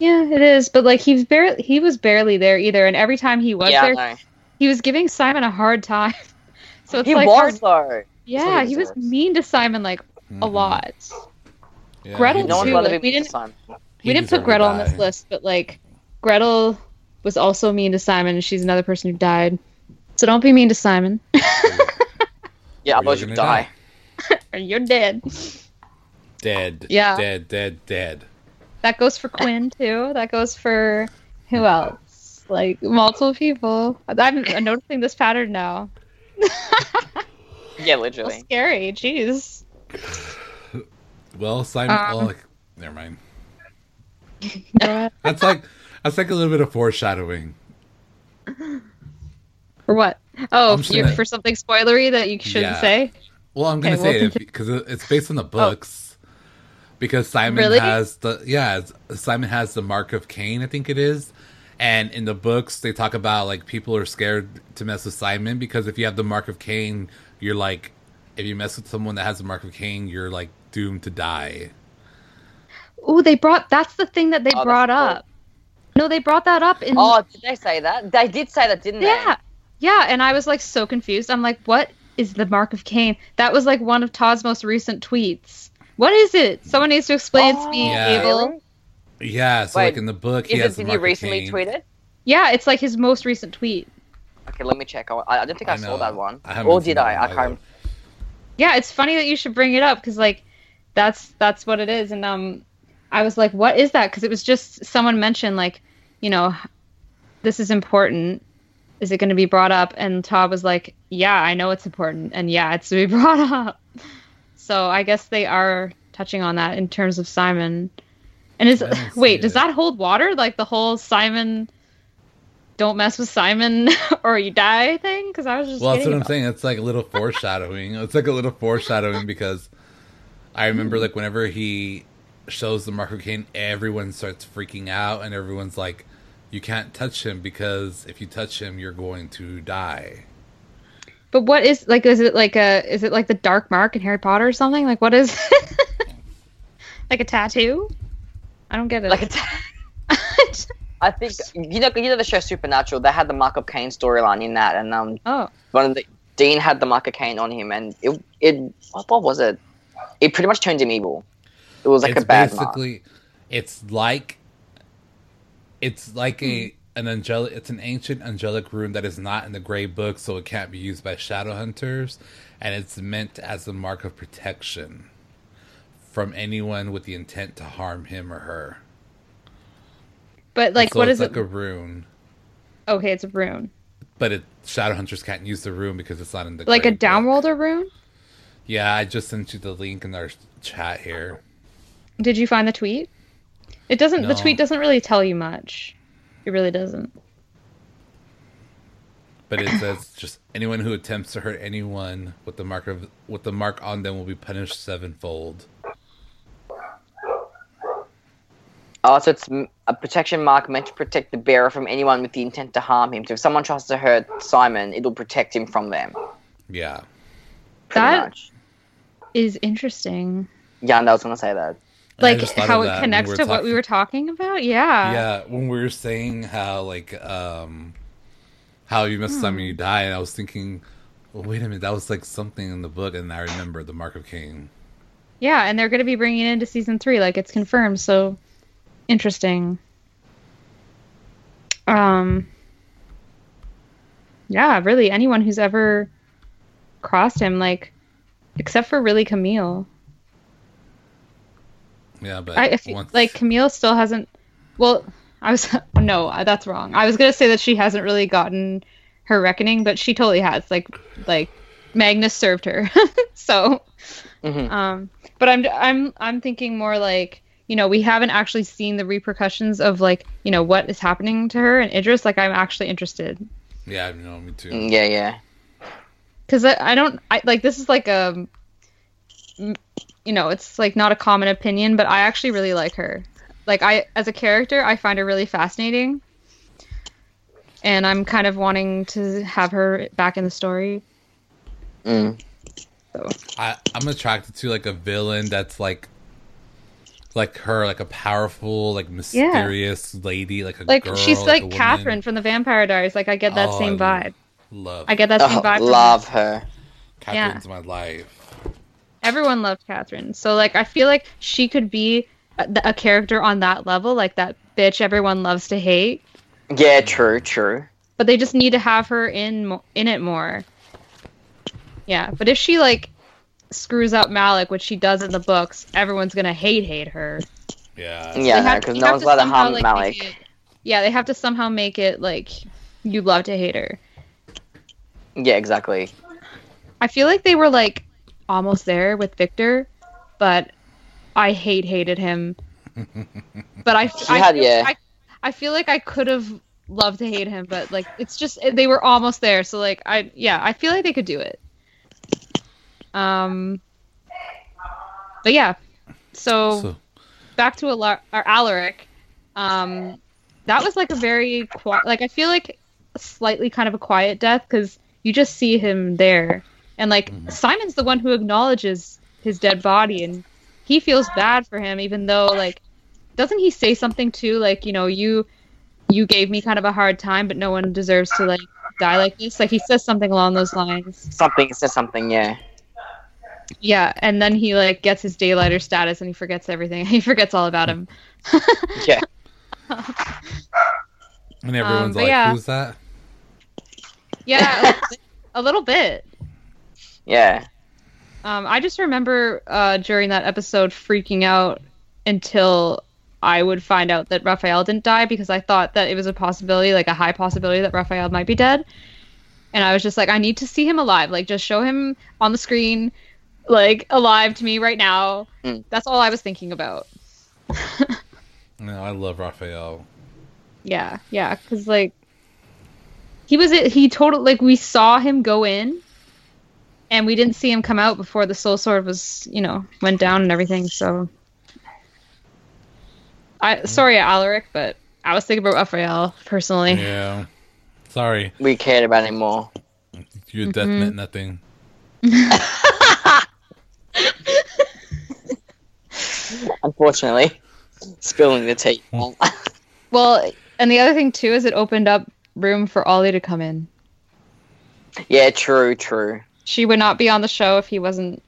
C: yeah, it is. But like he's barely he was barely there either. And every time he was
D: yeah,
C: there,
D: I know.
C: he was giving Simon a hard time. So it's
D: he
C: like hard
D: was though. what
C: Yeah,
D: he
C: he was
D: deserves.
C: mean to Simon like a
B: Mm-hmm.
C: lot.
B: Yeah,
C: Gretel
B: he
D: No one's
B: deserved-
C: too,
D: allowed to
C: like,
D: be
C: we
D: mean to
C: didn't-
D: Simon.
B: he
C: we didn't
B: deserved
C: put
B: to
C: Gretel on this
B: die.
C: list, but like Gretel was also mean to Simon, and she's another person who died. So don't be mean to Simon.
D: Yeah,
B: We're
D: otherwise you
B: gonna
D: die. die.
C: or You're dead.
B: Dead.
C: Yeah.
B: Dead. Dead. Dead.
C: That goes for Quinn too. That goes for who else? Like multiple people. I'm noticing this pattern now.
D: Yeah,
C: That's
D: literally.
C: scary. Jeez.
B: Well, Simon.
C: Um,
B: oh, like, never mind.
C: Or
B: That's like that's like a little bit of foreshadowing.
C: what? Oh,
B: I'm just
C: you're,
B: gonna-
C: for something spoilery that you shouldn't
B: Yeah.
C: say.
B: Well, I'm gonna
C: Okay,
B: say
C: we'll
B: it because it's based on the books. Because Simon
C: Really?
B: has the yeah, it's- Simon has the mark of Cain, I think it is. And in the books, they talk about like people are scared to mess with Simon because if you have the mark of Cain, you're like, if you mess with someone that has the mark of Cain, you're like doomed to die.
C: Oh, they brought. That's the thing that they
D: Oh, that's
C: brought
D: cool.
C: up. No, they brought that up in.
D: Oh, did they say that? They did say that, didn't
C: Yeah, yeah, and I was like so confused. I'm like, what is the mark of Cain? That was like one of Todd's most recent tweets. What is it? Someone needs to
D: they?
C: explain it to me,
D: Oh.
B: Yeah.
C: Abel.
B: Yeah, so like
D: Wait,
B: in the book, he
D: Is
B: has
D: it,
B: the
D: did
B: mark
D: he
B: of
D: recently
B: Cain.
D: tweet it?
C: Yeah, it's like his most recent tweet.
D: Okay, let me check. I, I don't think I,
B: I know.
D: saw that one.
B: I haven't
D: or
B: seen
D: did
B: that
D: I? I
B: one
D: can't.
B: either.
D: rem-
C: Yeah, it's funny that you should bring it up because like, that's that's what it is. And um, I was like, what is that? Because it was just someone mentioned like, you know, this is important. Is it going to be brought up? And Todd was like, yeah, I know it's important, and yeah, it's to be brought up. So I guess they are touching on that in terms of Simon. And is
B: I don't see
C: wait, does
B: it.
C: that hold water? Like the whole Simon, don't mess with Simon or you die thing? Because I was just
B: Well, that's what
C: kidding
B: I'm
C: about-
B: saying. It's like a little foreshadowing. It's like a little foreshadowing because I remember like whenever he shows the marker cane, everyone starts freaking out and everyone's like, "You can't touch him because if you touch him, you're going to die."
C: But what is like? Is it like a? Is it like the dark mark in Harry Potter or something? Like what is? like a tattoo? I don't get it.
D: Like a I think you know you know the show Supernatural. They had the Mark of Cain storyline in that, and um,
C: oh,
D: one of the Dean had the Mark of Cain on him, and it it what, what was it? It pretty much turned him evil. It was like
B: it's
D: a bad mark.
B: basically, it's like, it's like
C: Hmm.
B: a an angelic. It's an ancient angelic rune that is not in the Gray Book, so it can't be used by shadow hunters, and it's meant as a mark of protection from anyone with the intent to harm him or her.
C: but like
B: so
C: what
B: it's
C: is
B: like
C: it?
B: a rune,
C: okay, it's a rune.
B: but it, shadow hunters can't use the rune because it's not in the
C: Like
B: Grey
C: a
B: Book.
C: downworlder rune?
B: Yeah, I just sent you the link in our chat here.
C: Did you find the tweet? It doesn't. The
B: No.
C: tweet doesn't really tell you much. It really doesn't.
B: but it says just anyone who attempts to hurt anyone with the mark of with the mark on them will be punished sevenfold.
D: Oh, so it's m- a protection mark meant to protect the bearer from anyone with the intent to harm him. So if someone tries to hurt Simon, it'll protect him from them.
B: Yeah,
D: Pretty
C: That-
D: much.
C: Is interesting.
D: Yeah, and I was gonna say that.
B: And I
C: Like
B: just thought
C: how
B: of
C: it
B: that when
C: connects
B: we
C: to
B: were
C: what we were talking about. Yeah.
B: yeah. When we were saying how like um how you miss time and you die, and I was thinking, well, wait a minute, that was like something in the book, and I remember the mark of Cain.
C: Yeah, and they're going to be bringing it into season three, like it's confirmed. So interesting. Um, yeah, really, anyone who's ever crossed him, like, except for really Camille.
B: Yeah, but
C: I, I feel
B: once,
C: like Camille still hasn't. Well, I was no, uh, that's wrong. I was gonna say that she hasn't really gotten her reckoning, but she totally has. Like, like Magnus served her. so,
D: Mhm.
C: um, but I'm I'm I'm thinking more like you know we haven't actually seen the repercussions of like you know what is happening to her and Idris. Like, I'm actually interested
B: yeah, I know me too.
D: Mm, Yeah, yeah.
C: because I, I don't I like this is like a you know it's like not a common opinion but I actually really like her like I as a character I find her really fascinating and I'm kind of wanting to have her back in the story
D: Mm.
B: I, I'm attracted to like a villain that's like like her, like a powerful, like mysterious lady, like a
C: like
B: girl,
C: she's like,
B: a woman.
C: Catherine from the Vampire Diaries like I get that
B: Oh,
C: same
B: I
C: vibe
B: Love.
C: I get that same
D: Oh,
C: vibe from
D: love her.
B: Catherine's my life.
C: everyone loved Catherine. So like I feel like she could be a, th- a character on that level, like that bitch everyone loves to hate.
D: Yeah, true, true.
C: But they just need to have her in mo- in it more. Yeah, but if she like screws up Malik, which she does in the books, everyone's gonna hate hate her.
B: Yeah.
D: Yeah,
C: They have-
D: because
C: you
D: no
C: have
D: one's
C: to
D: allowed to
C: somehow,
D: harm
C: like,
D: Malik.
C: make it- yeah, they have to somehow make it like you love to hate her.
D: Yeah, exactly.
C: I feel like they were like almost there with Victor, but I hate hated him. but I I,
D: had-
C: feel,
D: yeah.
C: I I feel like I could have loved to hate him, but like it's just they were almost there. So like I yeah, I feel like they could do it. Um but yeah. So,
B: So
C: back to Alar- or Alaric. Um that was like a very quiet like I feel like slightly kind of a quiet death cuz you just see him there. And like Simon's the one who acknowledges his dead body and he feels bad for him even though like doesn't he say something too like you know you you gave me kind of a hard time but no one deserves to like die like this like he says something along those lines
D: Something it says something. Yeah.
C: yeah and then he like gets his daylighter status and he forgets everything he forgets all about him
D: Yeah.
B: and everyone's
C: um, but
B: like,
C: yeah.
B: "Who's that?"
C: yeah a little bit
D: Yeah.
C: Um, I just remember uh, during that episode freaking out until I would find out that Raphael didn't die because I thought that it was a possibility, like a high possibility, that Raphael might be dead. And I was just like, I need to see him alive. Like, just show him on the screen, like, alive to me right now.
D: Mm.
C: That's all I was thinking about.
B: No, I love Raphael.
C: Yeah, yeah, because like he was he total like we saw him go in, and we didn't see him come out before the soul sword was you know went down and everything. So I sorry Alaric, but I was thinking about Raphael personally.
B: Yeah. Sorry,
D: We cared about him more.
B: your death
C: Mm-hmm.
B: meant nothing.
D: Unfortunately, spilling the tea.
C: Well, and the other thing too is it opened up room for Ollie to come in.
D: yeah, true, true.
C: She would not be on the show if he wasn't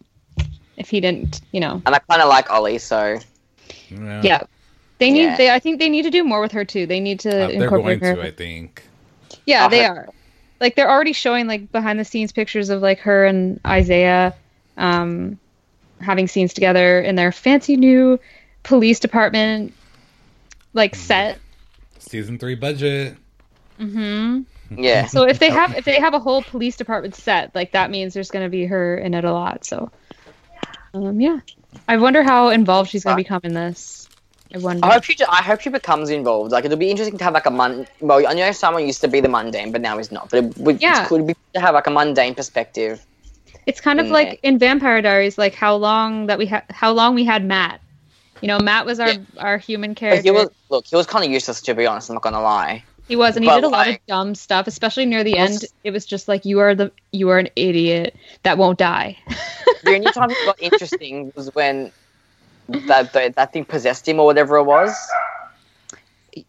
C: if he didn't you know
D: And I kind of like Ollie, so
B: Yeah.
C: yeah. They need.
D: Yeah.
C: They. I think they need to do more with her too. They need to
B: Uh, they're
C: incorporate
B: going
C: her.
B: to, I think.
C: Yeah,
D: I'll
C: they
D: have-
C: are. Like they're already showing like behind the scenes pictures of like her and Isaiah um having scenes together in their fancy new police department
D: Mm-hmm.
C: like set.
B: Season three budget.
D: yeah.
C: So if they have if they have a whole police department set, like that means there's going to be her in it a lot. So um yeah. I wonder how involved she's going to become in this. I wonder.
D: Uh, I hope she. ju- I hope she becomes involved. Like it'll be interesting to have like a mun. Well, I know someone used to be the mundane, but now he's not. But it would
C: Yeah.
D: it's cool to, be, to have like a mundane perspective.
C: It's kind of
D: in
C: like in Vampire Diaries, like how long that we had, how long we had Matt. You know, Matt was our
D: Yeah.
C: our human character.
D: But he was look. He was kind of useless to be honest. I'm not gonna lie.
C: He was, and he
D: But,
C: did a lot of
D: like-
C: dumb stuff, especially near the end.
D: Yes.
C: It was just like you are the you are an idiot that won't die.
D: The only time it got interesting was when that that, that thing possessed him or whatever it was.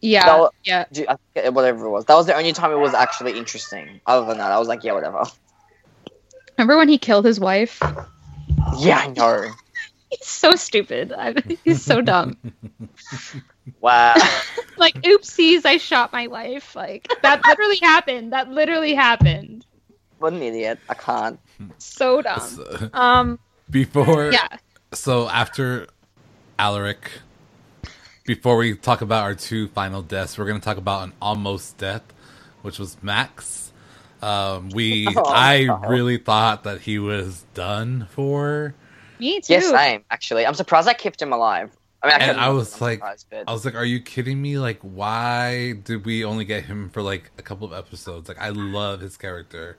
C: yeah,
D: Well-
C: yeah,
D: Ju- I forget Whatever it was. That was the only time it was actually interesting. Other than that, I was like, yeah, whatever.
C: Remember when he killed his wife?
D: Yeah, I know.
C: He's so stupid. I, he's so dumb.
D: Wow.
C: like, oopsies, I shot my wife. Like that literally happened. That literally happened.
D: what an idiot. I can't.
C: So dumb.
B: So,
C: Um,
B: before.
C: yeah.
B: So after Alaric, before we talk about our two final deaths, we're going to talk about an almost death, which was Max. Um, we,
D: Oh,
B: I
D: no.
B: really thought that he was done for.
C: Me too.
D: Yeah, same, actually. I'm surprised I kept him alive. I mean, I,
B: And
D: kept him
B: I
D: alive,
B: was
D: I'm
B: like-
D: surprised, but-
B: I was like, "Are you kidding me? Like, why did we only get him for like a couple of episodes? Like, I love his character.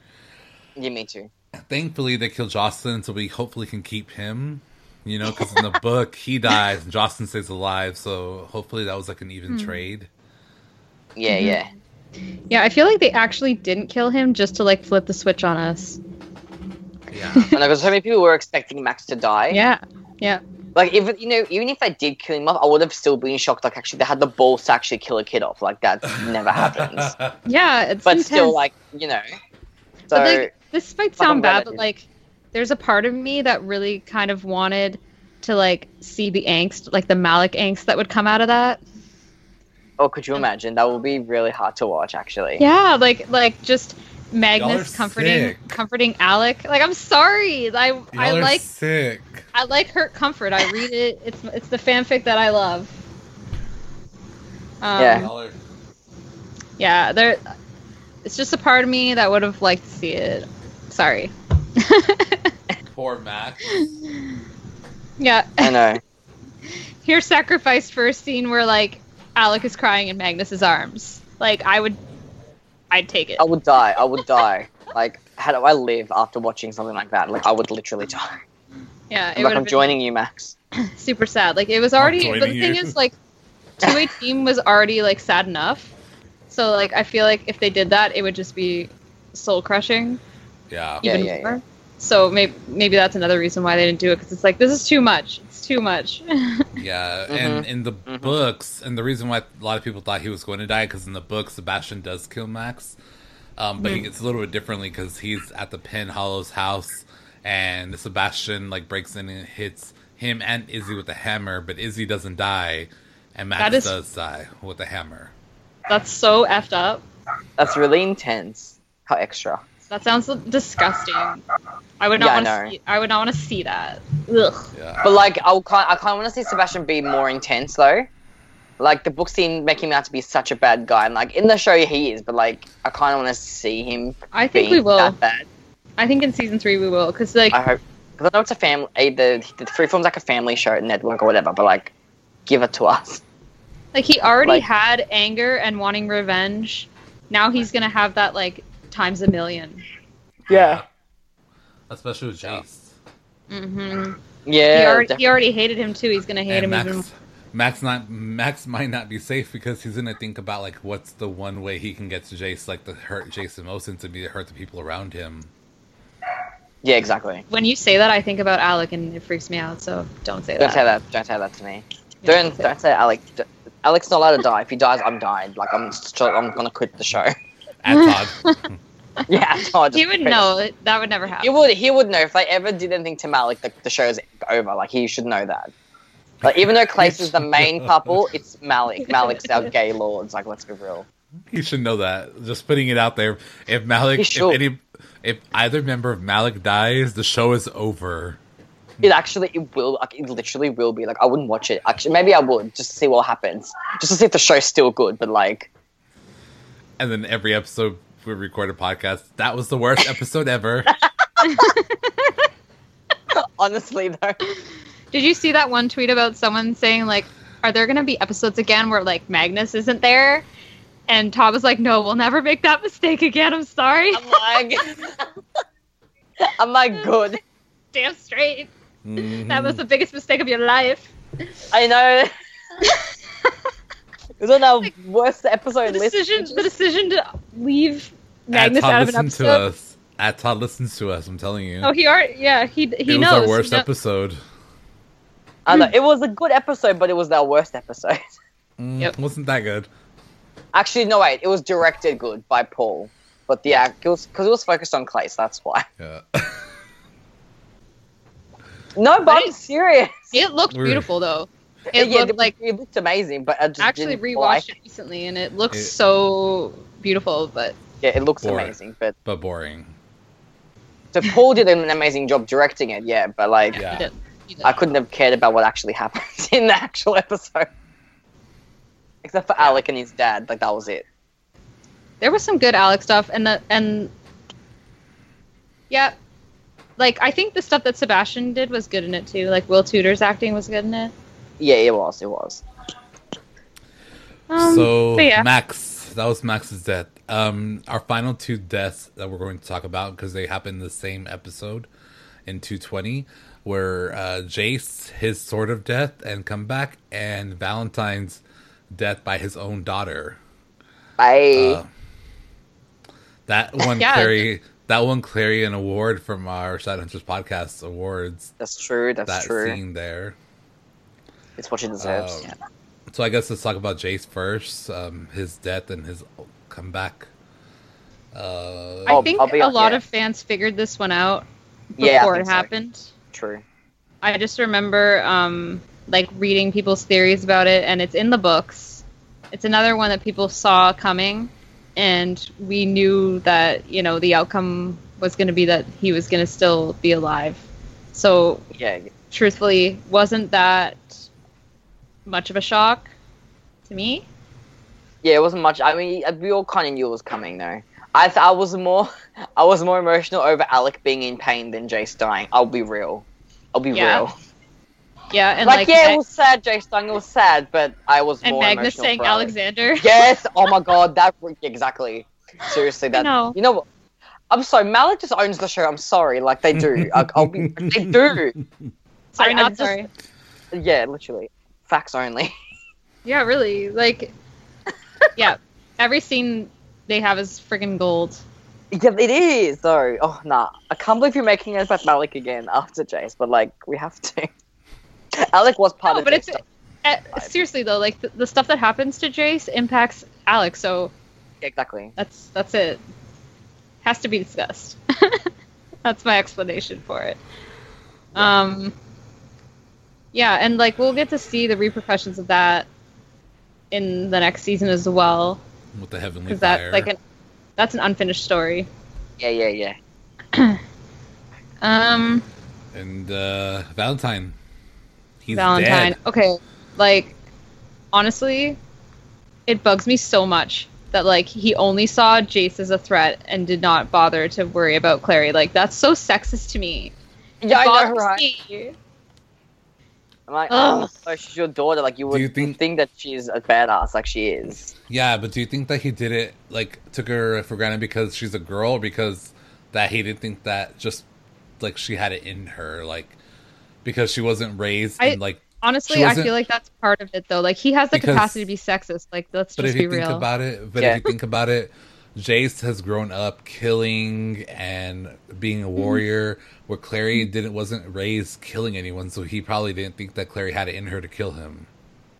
D: yeah, me too.
B: Thankfully, they killed Jocelyn, so we hopefully can keep him. You know, because in the book he dies and Jocelyn stays alive. So hopefully that was like an even
C: Hmm.
B: trade.
D: Yeah,
C: Mhm.
D: yeah.
C: Yeah, I feel like they actually didn't kill him just to like flip the switch on us.
B: Yeah,
D: And like, so many people were expecting Max to die.
C: Yeah, yeah.
D: Like, even you know, even if they did kill him off, I would have still been shocked. Like, actually, they had the balls to actually kill a kid off. Like, that never happens.
C: Yeah, it's
D: but
C: intense.
D: still, like, you know. So,
C: But like, this might sound
D: I'm glad
C: bad,
D: I
C: but
D: did.
C: like, there's a part of me that really kind of wanted to like see the angst, like the Malik angst that would come out of that.
D: oh, could you imagine? That would be really hard to watch, actually.
C: Yeah, like like just Magnus
B: Y'all are
C: comforting
B: sick.
C: comforting Alec. Like I'm sorry, I I
B: Y'all are
C: like
B: sick.
C: I like Hurt Comfort. I read it. It's it's the fanfic that I love. Um,
D: Yeah.
B: Y'all are-
C: yeah, there. It's just a part of me that would have liked to see it. Sorry.
B: poor Max.
C: Yeah.
D: I know.
C: Here, sacrificed for a scene where like Alec is crying in Magnus's arms. Like I would, I'd take it.
D: I would die. I would die. Like, how do I live after watching something like that? Like, I would literally die.
C: yeah, it
D: like,
C: would
D: I'm
C: have
D: joining you, Max.
C: been super sad. Like it was already. But the
B: joining
C: thing
B: you.
C: is, like, two A team was already like sad enough. So like I feel like if they did that, it would just be soul crushing
B: Yeah.
D: Yeah,
C: even
D: yeah,
C: more.
D: yeah.
C: So maybe maybe that's another reason why they didn't do it because it's like this is too much. It's too much.
B: Yeah,
C: Mm-hmm.
B: and in the
D: Mhm.
B: books, and the reason why a lot of people thought he was going to die because in the book, Sebastian does kill Max, um,
C: Mm-hmm.
B: but he gets a little bit differently because he's at the Penn Hollow's house, and Sebastian like breaks in and hits him and Izzy with a hammer, but Izzy doesn't die, and Max
C: That is-
B: does die with a hammer.
C: that's so effed up.
D: That's really intense. How extra.
C: That sounds disgusting. I would
D: Yeah, I
C: not want
D: know.
C: to. See, I would not want to see that. Ugh.
B: Yeah,
D: But like, I kind I kind of want to see Sebastian be more intense though. Like the book scene make him out to be such a bad guy, and like in the show he is, but like I kind of want to see him.
C: I think
D: be
C: we will.
D: That bad.
C: I think in season three we will, because like
D: I hope because I know it's a family. The the Freeform's like a family show network or whatever, but like, give it to us.
C: Like he already
D: Like-
C: had anger and wanting revenge. Now he's gonna have that like times a million.
D: Yeah.
B: especially with Jace
C: hmm
D: Yeah.
C: he, already,
D: definitely.
C: he already hated him too. He's gonna hate
B: and
C: him even.
B: Max. Max not Max might not be safe because he's gonna think about like what's the one way he can get to Jace, like to hurt Jason most and to be to hurt the people around him.
D: Yeah, exactly.
C: When you say that, I think about Alec, and it freaks me out. So don't say
D: Don't
C: that.
D: say that. Don't say that to me.
C: Yeah,
D: Don't
C: say-
D: don't say Alex. D- Alex's not allowed to die. If he dies, I'm dying. Like I'm st- I'm gonna quit the show.
B: At Todd,
D: yeah, I told you.
C: He would know that would never happen.
D: He would. He would know if they ever did anything to Malik. The, the show's over. Like he should know that. Like even though Clace is the main couple, it's Malik. Malik's our gay lords. Like let's be real.
B: he should know that. Just putting it out there. If Malik,
D: He
B: if
D: should.
B: any, if either member of Malik dies, the show is over.
D: It actually, it will. Like, it literally will be. Like I wouldn't watch it. Actually, maybe I would just to see what happens, just to see if the show's still good. But like,
B: And then every episode we record a podcast. That was the worst episode ever.
D: honestly though,
C: Did you see that one tweet about someone saying like, "Are there going to be episodes again where like Magnus isn't there?" And Tom was like, "No, we'll never make that mistake again. I'm sorry.
D: I'm like, I'm like good.
C: Damn straight. That
B: Mhm.
C: was the biggest mistake of your life."
D: I know. it was on our worst
C: The
D: episode list.
C: decision, the decision to leave
B: At
C: Magnus
B: Mm. Todd
C: out of an
B: listened
C: episode.
B: to us. At Todd listens to us. I'm telling you.
C: Oh, he already, yeah, he he
B: it was
C: knows.
B: our worst
C: He kno-
B: episode.
D: I know it was a good episode, but it was our worst episode.
B: Mm,
C: Yep.
B: Wasn't that good?
D: Actually, no wait, it was directed good by Paul, but the act it was because it was focused on Clace. That's why.
B: Yeah.
D: No, but I'm serious.
C: It looked
B: We're-
C: beautiful though. It
D: yeah,
C: looked like
D: it looked amazing, but I just
C: actually
D: didn't
C: rewatched
D: like
C: it recently, and it looks
B: It-
C: so beautiful. But
D: Yeah, it looks
B: Boring.
D: amazing, but
B: but boring.
D: so Paul did an amazing job directing it. Yeah, but like
B: Yeah.
C: he did. He did.
D: I couldn't have cared about what actually happened in the actual episode, except for Alec and his dad. Like that was it.
C: there was some good Alex stuff, and the and yeah, like I think the stuff that Sebastian did was good in it too. Like Will Tudor's acting was good in it.
D: Yeah, it was. It was.
C: Um,
B: so
C: but yeah.
B: Max, that was Max's death. Um, our final two deaths that we're going to talk about because they happened in the same episode in 220 were uh, Jace, his sort of death and comeback, and Valentine's death by his own daughter.
D: I
B: Uh, That one,
C: Yeah.
B: Clary. That one, Clary, an award from our Shadowhunters podcast awards.
D: that's true. That's
B: That
D: true.
B: scene there.
D: It's what she deserves.
B: Um, So I guess let's talk about Jace first, um, his death and his comeback. Uh,
C: I
D: I'll-
C: think
D: I'll be
C: a
D: hon-
C: lot
D: yeah.
C: of fans figured this one out before
D: Yeah, I
C: it
D: think so.
C: happened.
D: True.
C: I just remember um, like reading people's theories about it, and it's in the books. It's another one that people saw coming, and we knew that you know the outcome was going to be that he was going to still be alive. So
D: Yeah.
C: truthfully wasn't that much of a shock to me.
D: Yeah, it wasn't much. I mean, uh, we all kind of knew it was coming, though. I th- I was more I was more emotional over Alec being in pain than Jace dying. I'll be real. I'll be
C: Yeah.
D: real.
C: Yeah, and
D: like,
C: like,
D: yeah,
C: Mag-
D: it was sad. Jace dying. It was sad, but I was
C: and
D: more
C: Magnus
D: emotional
C: saying
D: for Alec.
C: Alexander.
D: Yes. Oh my god. That exactly. Seriously, that.
C: know.
D: You know what? I'm sorry. Malik just owns the show. I'm sorry. Like they do. Like, I'll be. They do.
C: sorry,
D: I- I
C: not
D: just-
C: sorry.
D: Yeah, literally. Facts only.
C: Yeah, really. Like, yeah, every scene they have is freaking gold.
D: Yeah, it is though. Oh nah, I can't believe you're making us about Malik again after Jace, but like we have to. Alec was part
C: No,
D: of
C: but
D: it.
C: it's eh, seriously though. Like the, the stuff that happens to Jace impacts Alex, so
D: exactly.
C: that's that's it. Has to be discussed. that's my explanation for it. Um. Yeah, and like we'll get to see the repercussions of that in the next season as well,
B: with the heavenly
C: because
B: fire.
C: that like an that's an unfinished story.
D: Yeah, yeah, yeah.
C: Um.
B: and uh, Valentine. He's
C: Valentine.
B: dead.
C: Okay, like honestly, it bugs me so much that like he only saw Jace as a threat and did not bother to worry about Clary. Like that's so sexist to me.
D: Yeah, I know,
C: Bothers
D: right?
C: me.
D: I'm like,
C: Ugh.
D: oh, she's your daughter. Like you would
B: you think-
D: think-, that she's a badass, like she is.
B: Yeah, but do you think that he did it like took her for granted because she's a girl, or because that he didn't think that just like she had it in her, like because she wasn't raised
C: I-
B: in like. She
C: Honestly, I
B: wasn't-
C: feel like that's part of it, though. Like he has the
B: Because-
C: capacity to be sexist. Like let's
B: But
C: just
B: if you
C: be
B: think
C: real.
B: about it, but
D: Yeah.
B: if you think about it, Jace has grown up killing and being
C: Mm-hmm.
B: a warrior, where Clary didn't wasn't raised killing anyone, so he probably didn't think that Clary had it in her to kill him.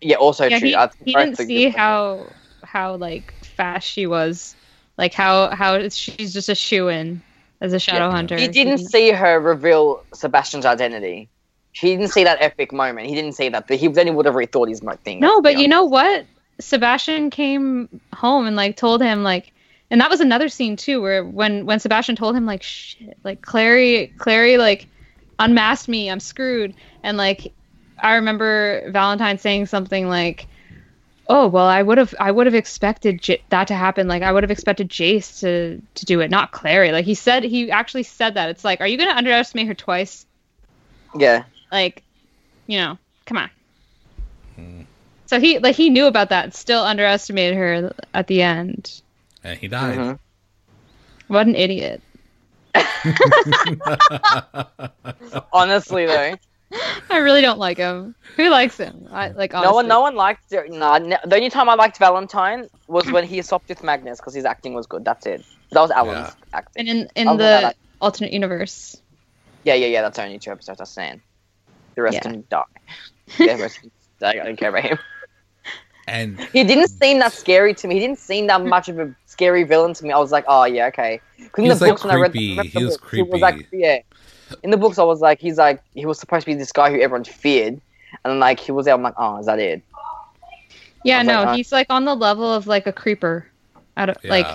D: Yeah, also
C: yeah,
D: true.
C: he,
D: I think
C: he
D: both
C: didn't
D: think
C: see
D: it's-
C: how how like fast she was, like how how she's just a shoe in as a shadow
D: Yeah.
C: hunter.
D: He didn't see her reveal Sebastian's identity. He didn't see that epic moment. He didn't see that. But he then he would have rethought his mo- thing.
C: No,
D: to be
C: but you
D: honest.
C: know what? Sebastian came home and like told him like and that was another scene too where when when Sebastian told him like shit like Clary Clary like unmasked me, I'm screwed and like I remember Valentine saying something like Oh well, I would have I would have expected J- that to happen. Like I would have expected Jace to to do it, not Clary. Like he said, he actually said that. It's like, are you going to underestimate her twice?
D: Yeah.
C: like you know come on
B: Hmm.
C: so he like he knew about that and still underestimated her at the end
B: And he died.
D: Mhm.
C: what an idiot
D: Mm-hmm. Honestly though,
C: i really don't like him who likes him i like honestly.
D: no one, no one liked. Nah, ne- the only time I liked Valentine was when he swapped with Magnus because his acting was good. That's it. That was Alan's acting.
C: and in in
D: I'll go
C: the
D: back.
C: alternate universe
D: Yeah, yeah, yeah. That's only two episodes. That's saying. The rest
C: Yeah.
D: of them die. Yeah, the rest of them die. I don't care about him.
B: And
D: He didn't seem that scary to me. He didn't seem that much of a scary villain to me. I was like, oh yeah, okay. 'Cause
B: He was, like,
D: the
B: creepy.
D: rest
B: He
D: of
B: was
D: it, it like,
B: creepy.
D: yeah. In the books, I was like, he's like, he was supposed to be this guy who everyone feared, and like he was there. I'm like, oh, is that it?
C: yeah
D: I'm
C: no
D: like, I-
C: he's like on the level of like a creeper out of
B: yeah.
C: like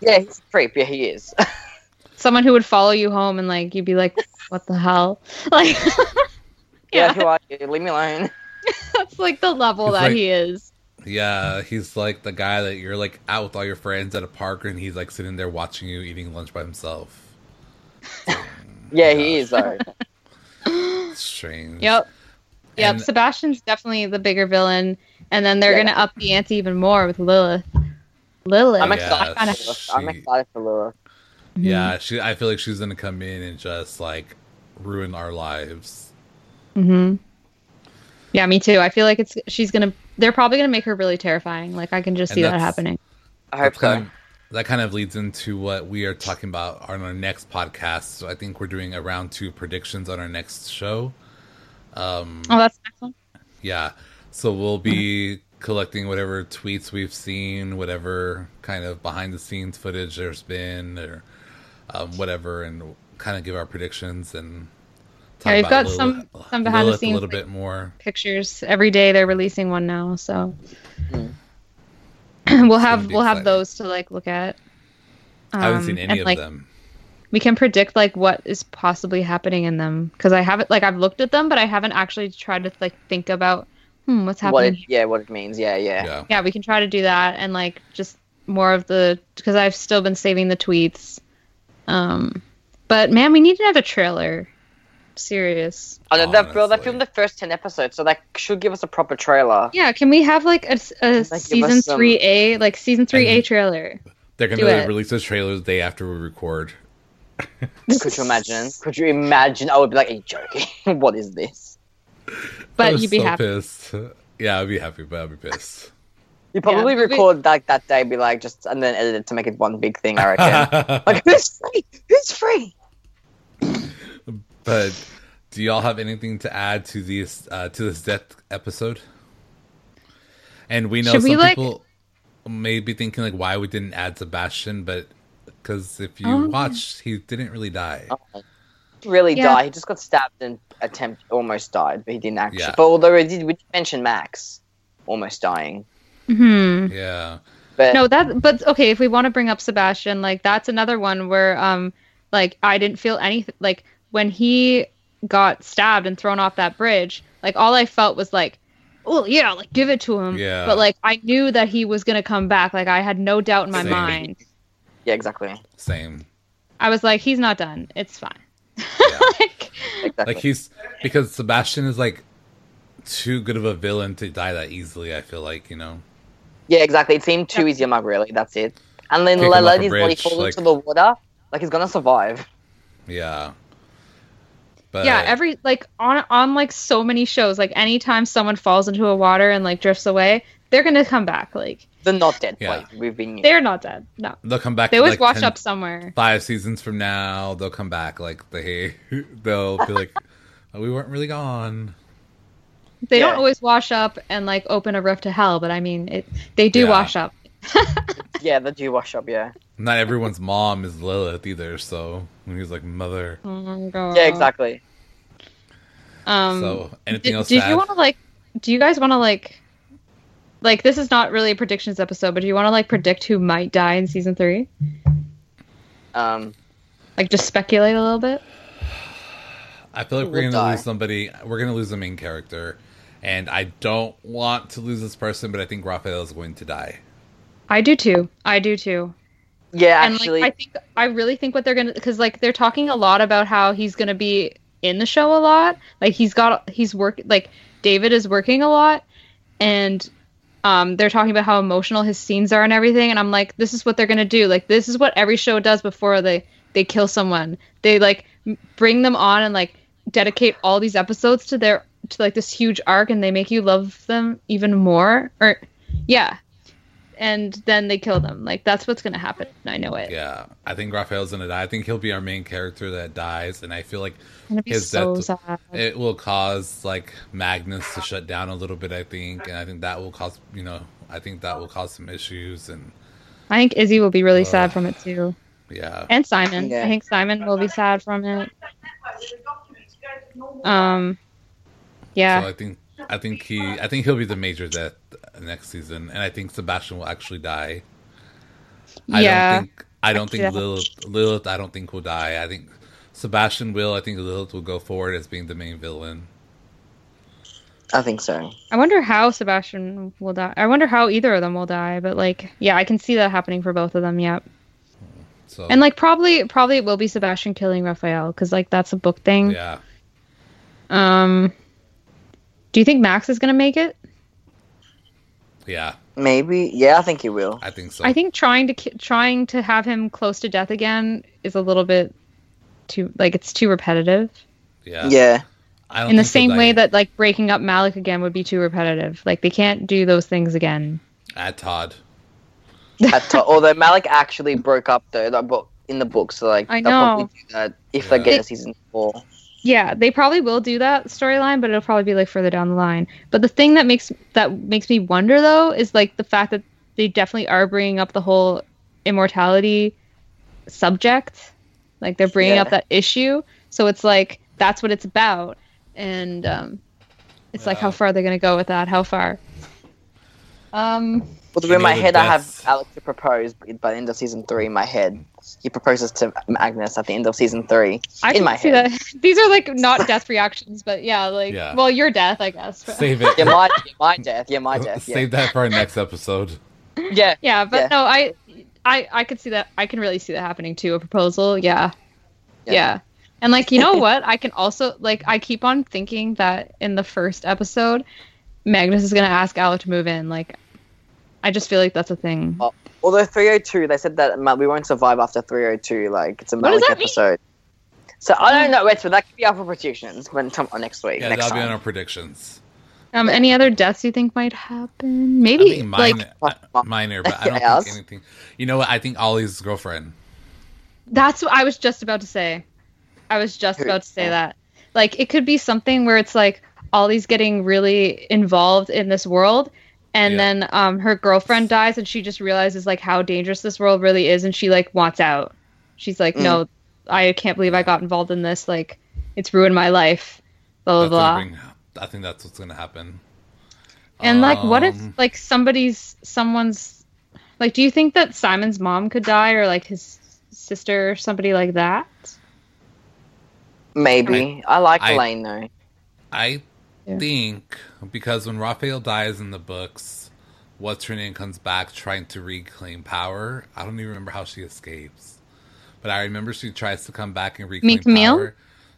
D: Yeah, he's a creep. Yeah, he is.
C: someone who would follow you home and like you'd be like what the hell like yeah,
D: yeah, who are you? Leave me alone.
C: that's like the level
B: He's
C: that
B: like-
C: he is
B: Yeah, he's like the guy that you're like out with all your friends at a park, and he's like sitting there watching you eating lunch by himself.
D: Yeah,
B: Yeah.
D: he is though.
B: Strange.
C: Yep. Yep.
B: And-
C: Sebastian's definitely the bigger villain, and then they're
D: Yeah.
C: gonna up the ante even more with Lilith. Lilith.
D: I'm
B: Yeah,
D: excited. for Lilith. I'm
B: she-
D: excited for Lilith.
C: Mm-hmm.
B: Yeah, she. I feel like she's gonna come in and just like ruin our lives.
C: hmm Yeah, me too. I feel like it's she's gonna. They're probably gonna make her really terrifying. Like I can just
B: And
C: see that
B: that's-
C: happening.
D: I hope
B: That's
D: so.
B: kind of- that kind of leads into what we are talking about on our next podcast. So I think we're doing a round two predictions on our next show. mm.
C: Oh, that's the next one.
B: Yeah. So we'll be collecting whatever tweets we've seen, whatever kind of behind the scenes footage there's been, or um, whatever, and kind of give our predictions and talk
C: Yeah, we've got
B: Lilith-
C: some- some behind the
B: Lilith
C: scenes,
B: a little
C: like-
B: bit more.
C: Pictures every day. They're releasing one now, so
D: Mm.
C: we'll
B: gonna
C: have
B: be
C: we'll have
B: exciting.
C: those to like look at.
B: I haven't
C: Um,
B: seen any
C: and,
B: of
C: like,
B: them.
C: we can predict like what is possibly happening in them because i haven't like i've looked at them but i haven't actually tried to like think about hmm what's
D: What
C: happening
D: it, yeah, what it means. Yeah, yeah.
B: Yeah.
C: yeah we can try to do that and like just more of the because i've still been saving the tweets um but man we need another trailer serious
D: I know that film. They
B: Honestly.
D: filmed the first ten episodes, so that should give us a proper trailer.
C: yeah can we have like a, s- a
D: give
C: season
D: us some-
C: 3a like season 3a
B: And-
C: trailer
B: They're going
C: do
B: to
C: it.
B: release those trailers the day after we record.
D: Could you imagine? Could you imagine? I would be like, "Are you joking? what is this?"
B: I
C: but
B: was
C: you'd be
B: so
C: happy
B: pissed. Yeah, I'd be happy, but I'd be pissed.
D: You probably
C: but we-
D: record like that day, be like, just and then edit it to make it one big thing. I reckon. like, who's free? Who's free?
B: but do y'all have anything to add to these uh, to this death episode? And we know
C: Should
B: some
C: we, like-
B: people may be thinking like why we didn't add Sebastian, but because if you
C: Oh.
B: watched, he didn't really die.
D: Oh. Really
C: Yeah.
D: die? He just got stabbed and attempt almost died, but he didn't actually.
B: Yeah.
D: But although we did, we did mention Max almost dying,
C: hmm
B: Yeah,
D: but
C: no that but okay if we want to bring up sebastian like that's another one where um like i didn't feel anything like when he got stabbed and thrown off that bridge like all i felt was like oh yeah like give it to him
B: Yeah.
C: but like i knew that he was gonna come back like i had no doubt in my
B: Same.
C: mind
D: yeah, exactly,
B: same.
C: i was like he's not done it's fine
B: Yeah.
C: like
D: exactly.
B: like he's because Sebastian is like too good of a villain to die that easily. I feel like you know.
D: Yeah, exactly. It's him too easy, Mug, really. That's it. And then
B: Kick him
D: La
B: off a
D: Lady's body
B: bridge,
D: falls
B: like-
D: into the water. Like, he's gonna survive.
B: Yeah. But
C: yeah, every like on on like so many shows, like anytime someone falls into a water and like drifts away, they're gonna come back. Like
D: They're not dead.
B: Yeah.
D: Like, we've been.
C: they're not dead. No,
B: they'll come back.
C: they always
B: like
C: wash
B: 10
C: up somewhere.
B: Five seasons from now, they'll come back. Like they, they'll be like, oh, "We weren't really gone."
C: They
D: Yeah.
C: don't always wash up and like open a roof to hell, but I mean, it, they do
B: Yeah.
C: wash up.
D: Yeah, the Jew wash up, yeah.
B: Not everyone's mom is Lilith either. So when he was like, "Mother,"
C: Oh my god.
D: Yeah, exactly.
C: Um,
B: so anything
C: did,
B: else?
C: did
B: to
C: you
B: add?
C: want to like? Do you guys want to like? Like this is not really a predictions episode, but do you want to like predict who might die in season three?
D: Um,
C: Like just speculate a little bit.
B: I feel like
D: Who
B: we're gonna
D: will die?
B: lose somebody. We're gonna lose the main character, and I don't want to lose this person, but I think Raphael is going to die.
C: I do too. I do too.
D: yeah,
C: and
D: actually.
C: like I think I really think what they're gonna because like they're talking a lot about how he's gonna be in the show a lot. Like he's got he's work like David is working a lot, and um, they're talking about how emotional his scenes are and everything. And I'm like, this is what they're gonna do. Like this is what every show does before they they kill someone. They like m- bring them on and like dedicate all these episodes to their to like this huge arc, and they make you love them even more. Or yeah. And then they kill them. Like that's what's gonna happen. I know it.
B: Yeah, I think Raphael's gonna die. I think he'll be our main character that dies, and I feel like
C: gonna be
B: his
C: so
B: death-
C: sad.
B: it will cause like Magnus to shut down a little bit. I think, and I think that will cause you know, I think that will cause some issues, and
C: I think Izzy will be really sad from it too,
B: yeah,
C: and Simon.
D: Yeah.
C: I think Simon will be sad from it.
B: So
C: Um,
B: I
C: yeah,
B: think I think he I think he'll be the major death next season, and I think Sebastian will actually die. I
C: yeah.
B: don't think I don't think
C: Actually,
B: Lilith Lilith I don't think will die. I think Sebastian will. I think Lilith will go forward as being the main villain.
D: I think so.
C: I wonder how Sebastian will die. I wonder how either of them will die. But like, yeah, I can see that happening for both of them. Yep.
B: So
C: And like, probably, probably it will be Sebastian killing Raphael because like that's a book thing.
B: yeah,
C: Um, do you think Max is gonna make it?
B: yeah,
D: Maybe. Yeah, I think he will.
B: I think so.
C: I think trying to ki- trying to have him close to death again is a little bit too like it's too repetitive.
B: yeah,
D: Yeah.
B: I don't
C: in the
B: think he'll
C: same
B: die
C: way that like breaking up Malik again would be too repetitive. Like they can't do those things again.
B: at Todd.
D: At to- although Malik actually broke up, though, like, but in the book, so like,
C: I
D: they'll
C: know.
D: probably do that if
B: Yeah.
D: they get
C: They-
D: a season four.
C: Yeah, they probably will do that storyline, but it'll probably be like further down the line. But the thing that makes that makes me wonder though is like the fact that they definitely are bringing up the whole immortality subject. Like they're bringing
D: Yeah.
C: up that issue, so it's like that's what it's about, and um, it's like how
B: Yeah.
C: far they're gonna go with that. How far? Um.
D: Although in
B: Any
D: my
B: other
D: head, I have
B: deaths?
D: Alec to propose by the end of season three. In my head, he proposes to Agnes at the end of season three.
C: I
D: in
C: can
D: my
C: see
D: head,
C: that. These are like not death reactions, but yeah, like
B: Yeah.
C: well, your death, I guess. but-
B: Save it.
D: yeah, my yeah, my death, yeah, my death, yeah,
B: Save that for our next episode.
D: yeah.
C: yeah, but
D: Yeah.
C: no, I, I, I could see that. I can really see that happening too. A proposal, yeah,
D: Yeah.
C: yeah. And like you know what, I can also like I keep on thinking that in the first episode, Magnus is gonna ask Alec to move in. Like, I just feel like that's a thing.
D: Oh, Although 302, they said that Ma- we won't survive after 302. Like it's a
C: What does
D: Malik
C: that mean? Mm.
D: episode. So I don't know. Wait, so that could be our predictions when some oh, next week,
B: Yeah,
D: next
B: that'll be
D: time.
B: on our predictions.
C: Um, any other deaths you think might happen?
B: I
C: Maybe
B: think mine,
C: like
B: uh, minor, but I don't
D: Yes.
B: think anything. You know what? I think Ollie's girlfriend.
C: That's what I was just about to say. I was just
D: Who-
C: about to say that. Like it could be something where it's like Ollie's getting really involved in this world and
B: Yeah.
C: then um her girlfriend dies and she just realizes like how dangerous this world really is and she like wants out. She's like,
D: Mm.
C: No, I can't believe I got involved in this, like it's ruined my life. Blah blah
B: That's gonna
C: blah.
B: bring- I think that's what's going to happen.
C: and like what if
B: Um,
C: like somebody's someone's like do you think that Simon's mom could die or like his sister or somebody like that?
D: Maybe I, like
B: I-
D: Elaine though.
B: I
C: Yeah.
B: think because when Raphael dies in the books, what's her name comes back trying to reclaim power. I don't even remember how she escapes, but I remember she tries to come back and reclaim
C: Meek Mill?
B: power.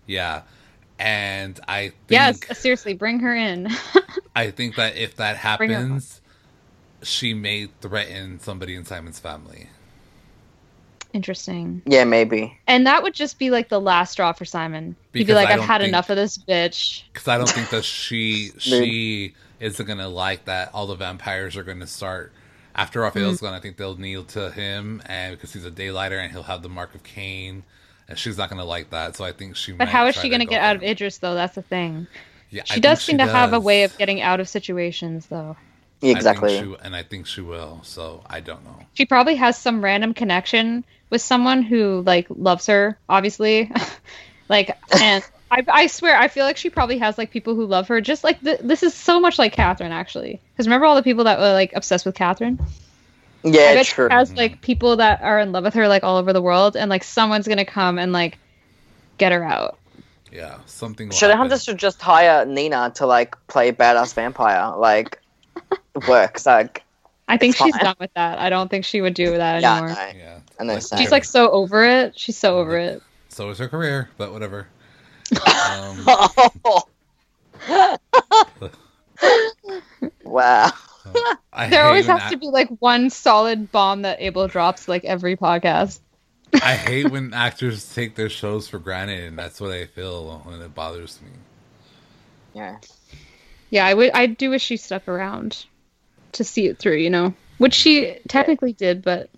B: Yeah, and I think
C: Yes, seriously, bring her in.
B: I think that if that
C: Bring her up.
B: happens, she may threaten somebody in Simon's family.
C: Interesting.
D: Yeah, maybe.
C: And that would just be like the last straw for Simon. He'd be
B: Because
C: like,
B: I
C: I've
B: don't
C: had
B: think-
C: enough of this bitch.
B: Because I don't think that she she isn't gonna like that. All the vampires are gonna start after
C: Mm-hmm.
B: Raphael's gone. I think they'll kneel to him, and because he's a daylighter and he'll have the mark of Cain, and she's not gonna like that. So I think she.
C: But
B: might
C: how is
B: try
C: she going to
B: go
C: get
B: for
C: out of
B: him.
C: Idris, though? That's the thing.
B: Yeah, I
C: She
B: think
C: does seem to have a
B: does.
C: way of getting out of situations, though.
D: Yeah,
B: I think
D: exactly.
B: she- and I think she will. So I don't know.
C: She probably has some random connection with someone who like loves her, obviously. like, and I, I swear, I feel like she probably has like people who love her. Just like th- this is so much like Catherine, actually. Because remember all the people that were like obsessed with Catherine. I
D: yeah,
C: bet she
D: true.
C: has like people that are in love with her like all over the world, and like someone's gonna come and like get her out.
B: Yeah, something. will happen.
D: Shadowhunters should just hire Nina to like play badass vampire. Like, works. Like,
C: I think
D: It's
C: she's
D: fine.
C: done with that. I don't think she would do that
D: yeah,
C: anymore.
D: no.
B: Yeah,
D: And then sad.
C: She's like so over it. She's so over it.
B: so is her career, but whatever. Um,
D: wow.
B: I
C: There
B: hate
C: always
B: when
C: has
B: ac-
C: to be like one solid bomb that Abel drops like every podcast.
B: I hate when actors take their shows for granted, and that's what I feel, and it bothers me.
D: Yeah.
C: Yeah, I would. I do wish she stuck around to see it through. You know, which she technically did, but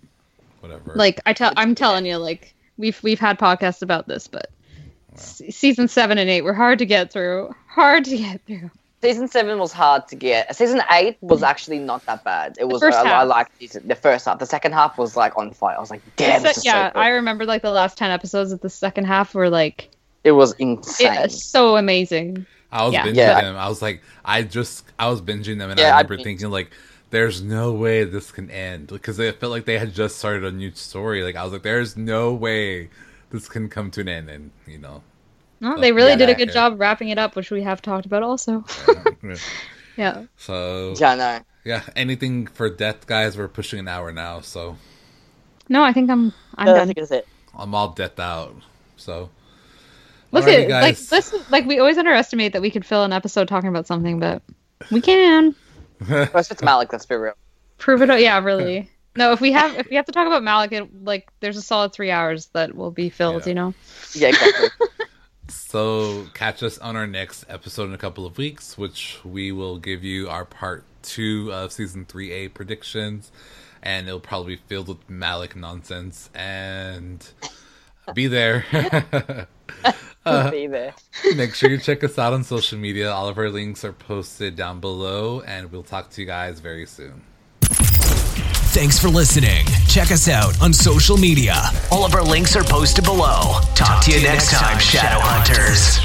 B: Whatever.
C: like I tell, I'm telling you, like we've we've had podcasts about this, but se- season seven and eight were hard to get through. Hard to get through.
D: Season seven was hard to get. Season eight was actually not that bad. It was
C: Mm. first
D: I, I
C: half.
D: liked season, the first half. The second half was like on fire. I was like, damn, this
C: Se-
D: is
C: yeah,
D: so good.
C: I remember like the last ten episodes of the second half were like
D: it was
C: it,
D: insane.
C: so amazing.
B: I was
C: yeah.
B: binging
D: Yeah.
B: them. I was like, I just, I was binging them, and I
D: Yeah, I
B: remember
D: binged.
B: thinking like, there's no way this can end because I felt like they had just started a new story. Like I was like, there's no way this can come to an end, and you know.
C: No, they really
D: Yeah,
C: did a
D: that-
C: good job wrapping it up, which we have talked about also. yeah.
B: so
D: yeah, no.
B: yeah, anything for death, guys. We're pushing an hour now, so
C: No, I think I'm I'm
D: Yeah, I
C: done.
D: think that's it.
B: I'm all death out. So
C: Look
B: Alrighty,
C: at like this is- like we always underestimate that we could fill an episode talking about something, but we can
D: First it's Malik. Let's be real.
C: prove it. Yeah, really. No, if we have if we have to talk about Malik, it, like there's a solid three hours that will be filled.
B: Yeah.
C: You know,
D: Yeah, exactly.
B: So catch us on our next episode in a couple of weeks, which we will give you our part two of season three A predictions, and it'll probably be filled with Malik nonsense. And be there.
D: be there.
B: Make sure you check us out on social media. All of our links are posted down below, and we'll talk to you guys very soon.
A: Thanks for listening. Check us out on social media.
E: All of our links are posted below.
A: Talk to you next time, Shadow Hunters.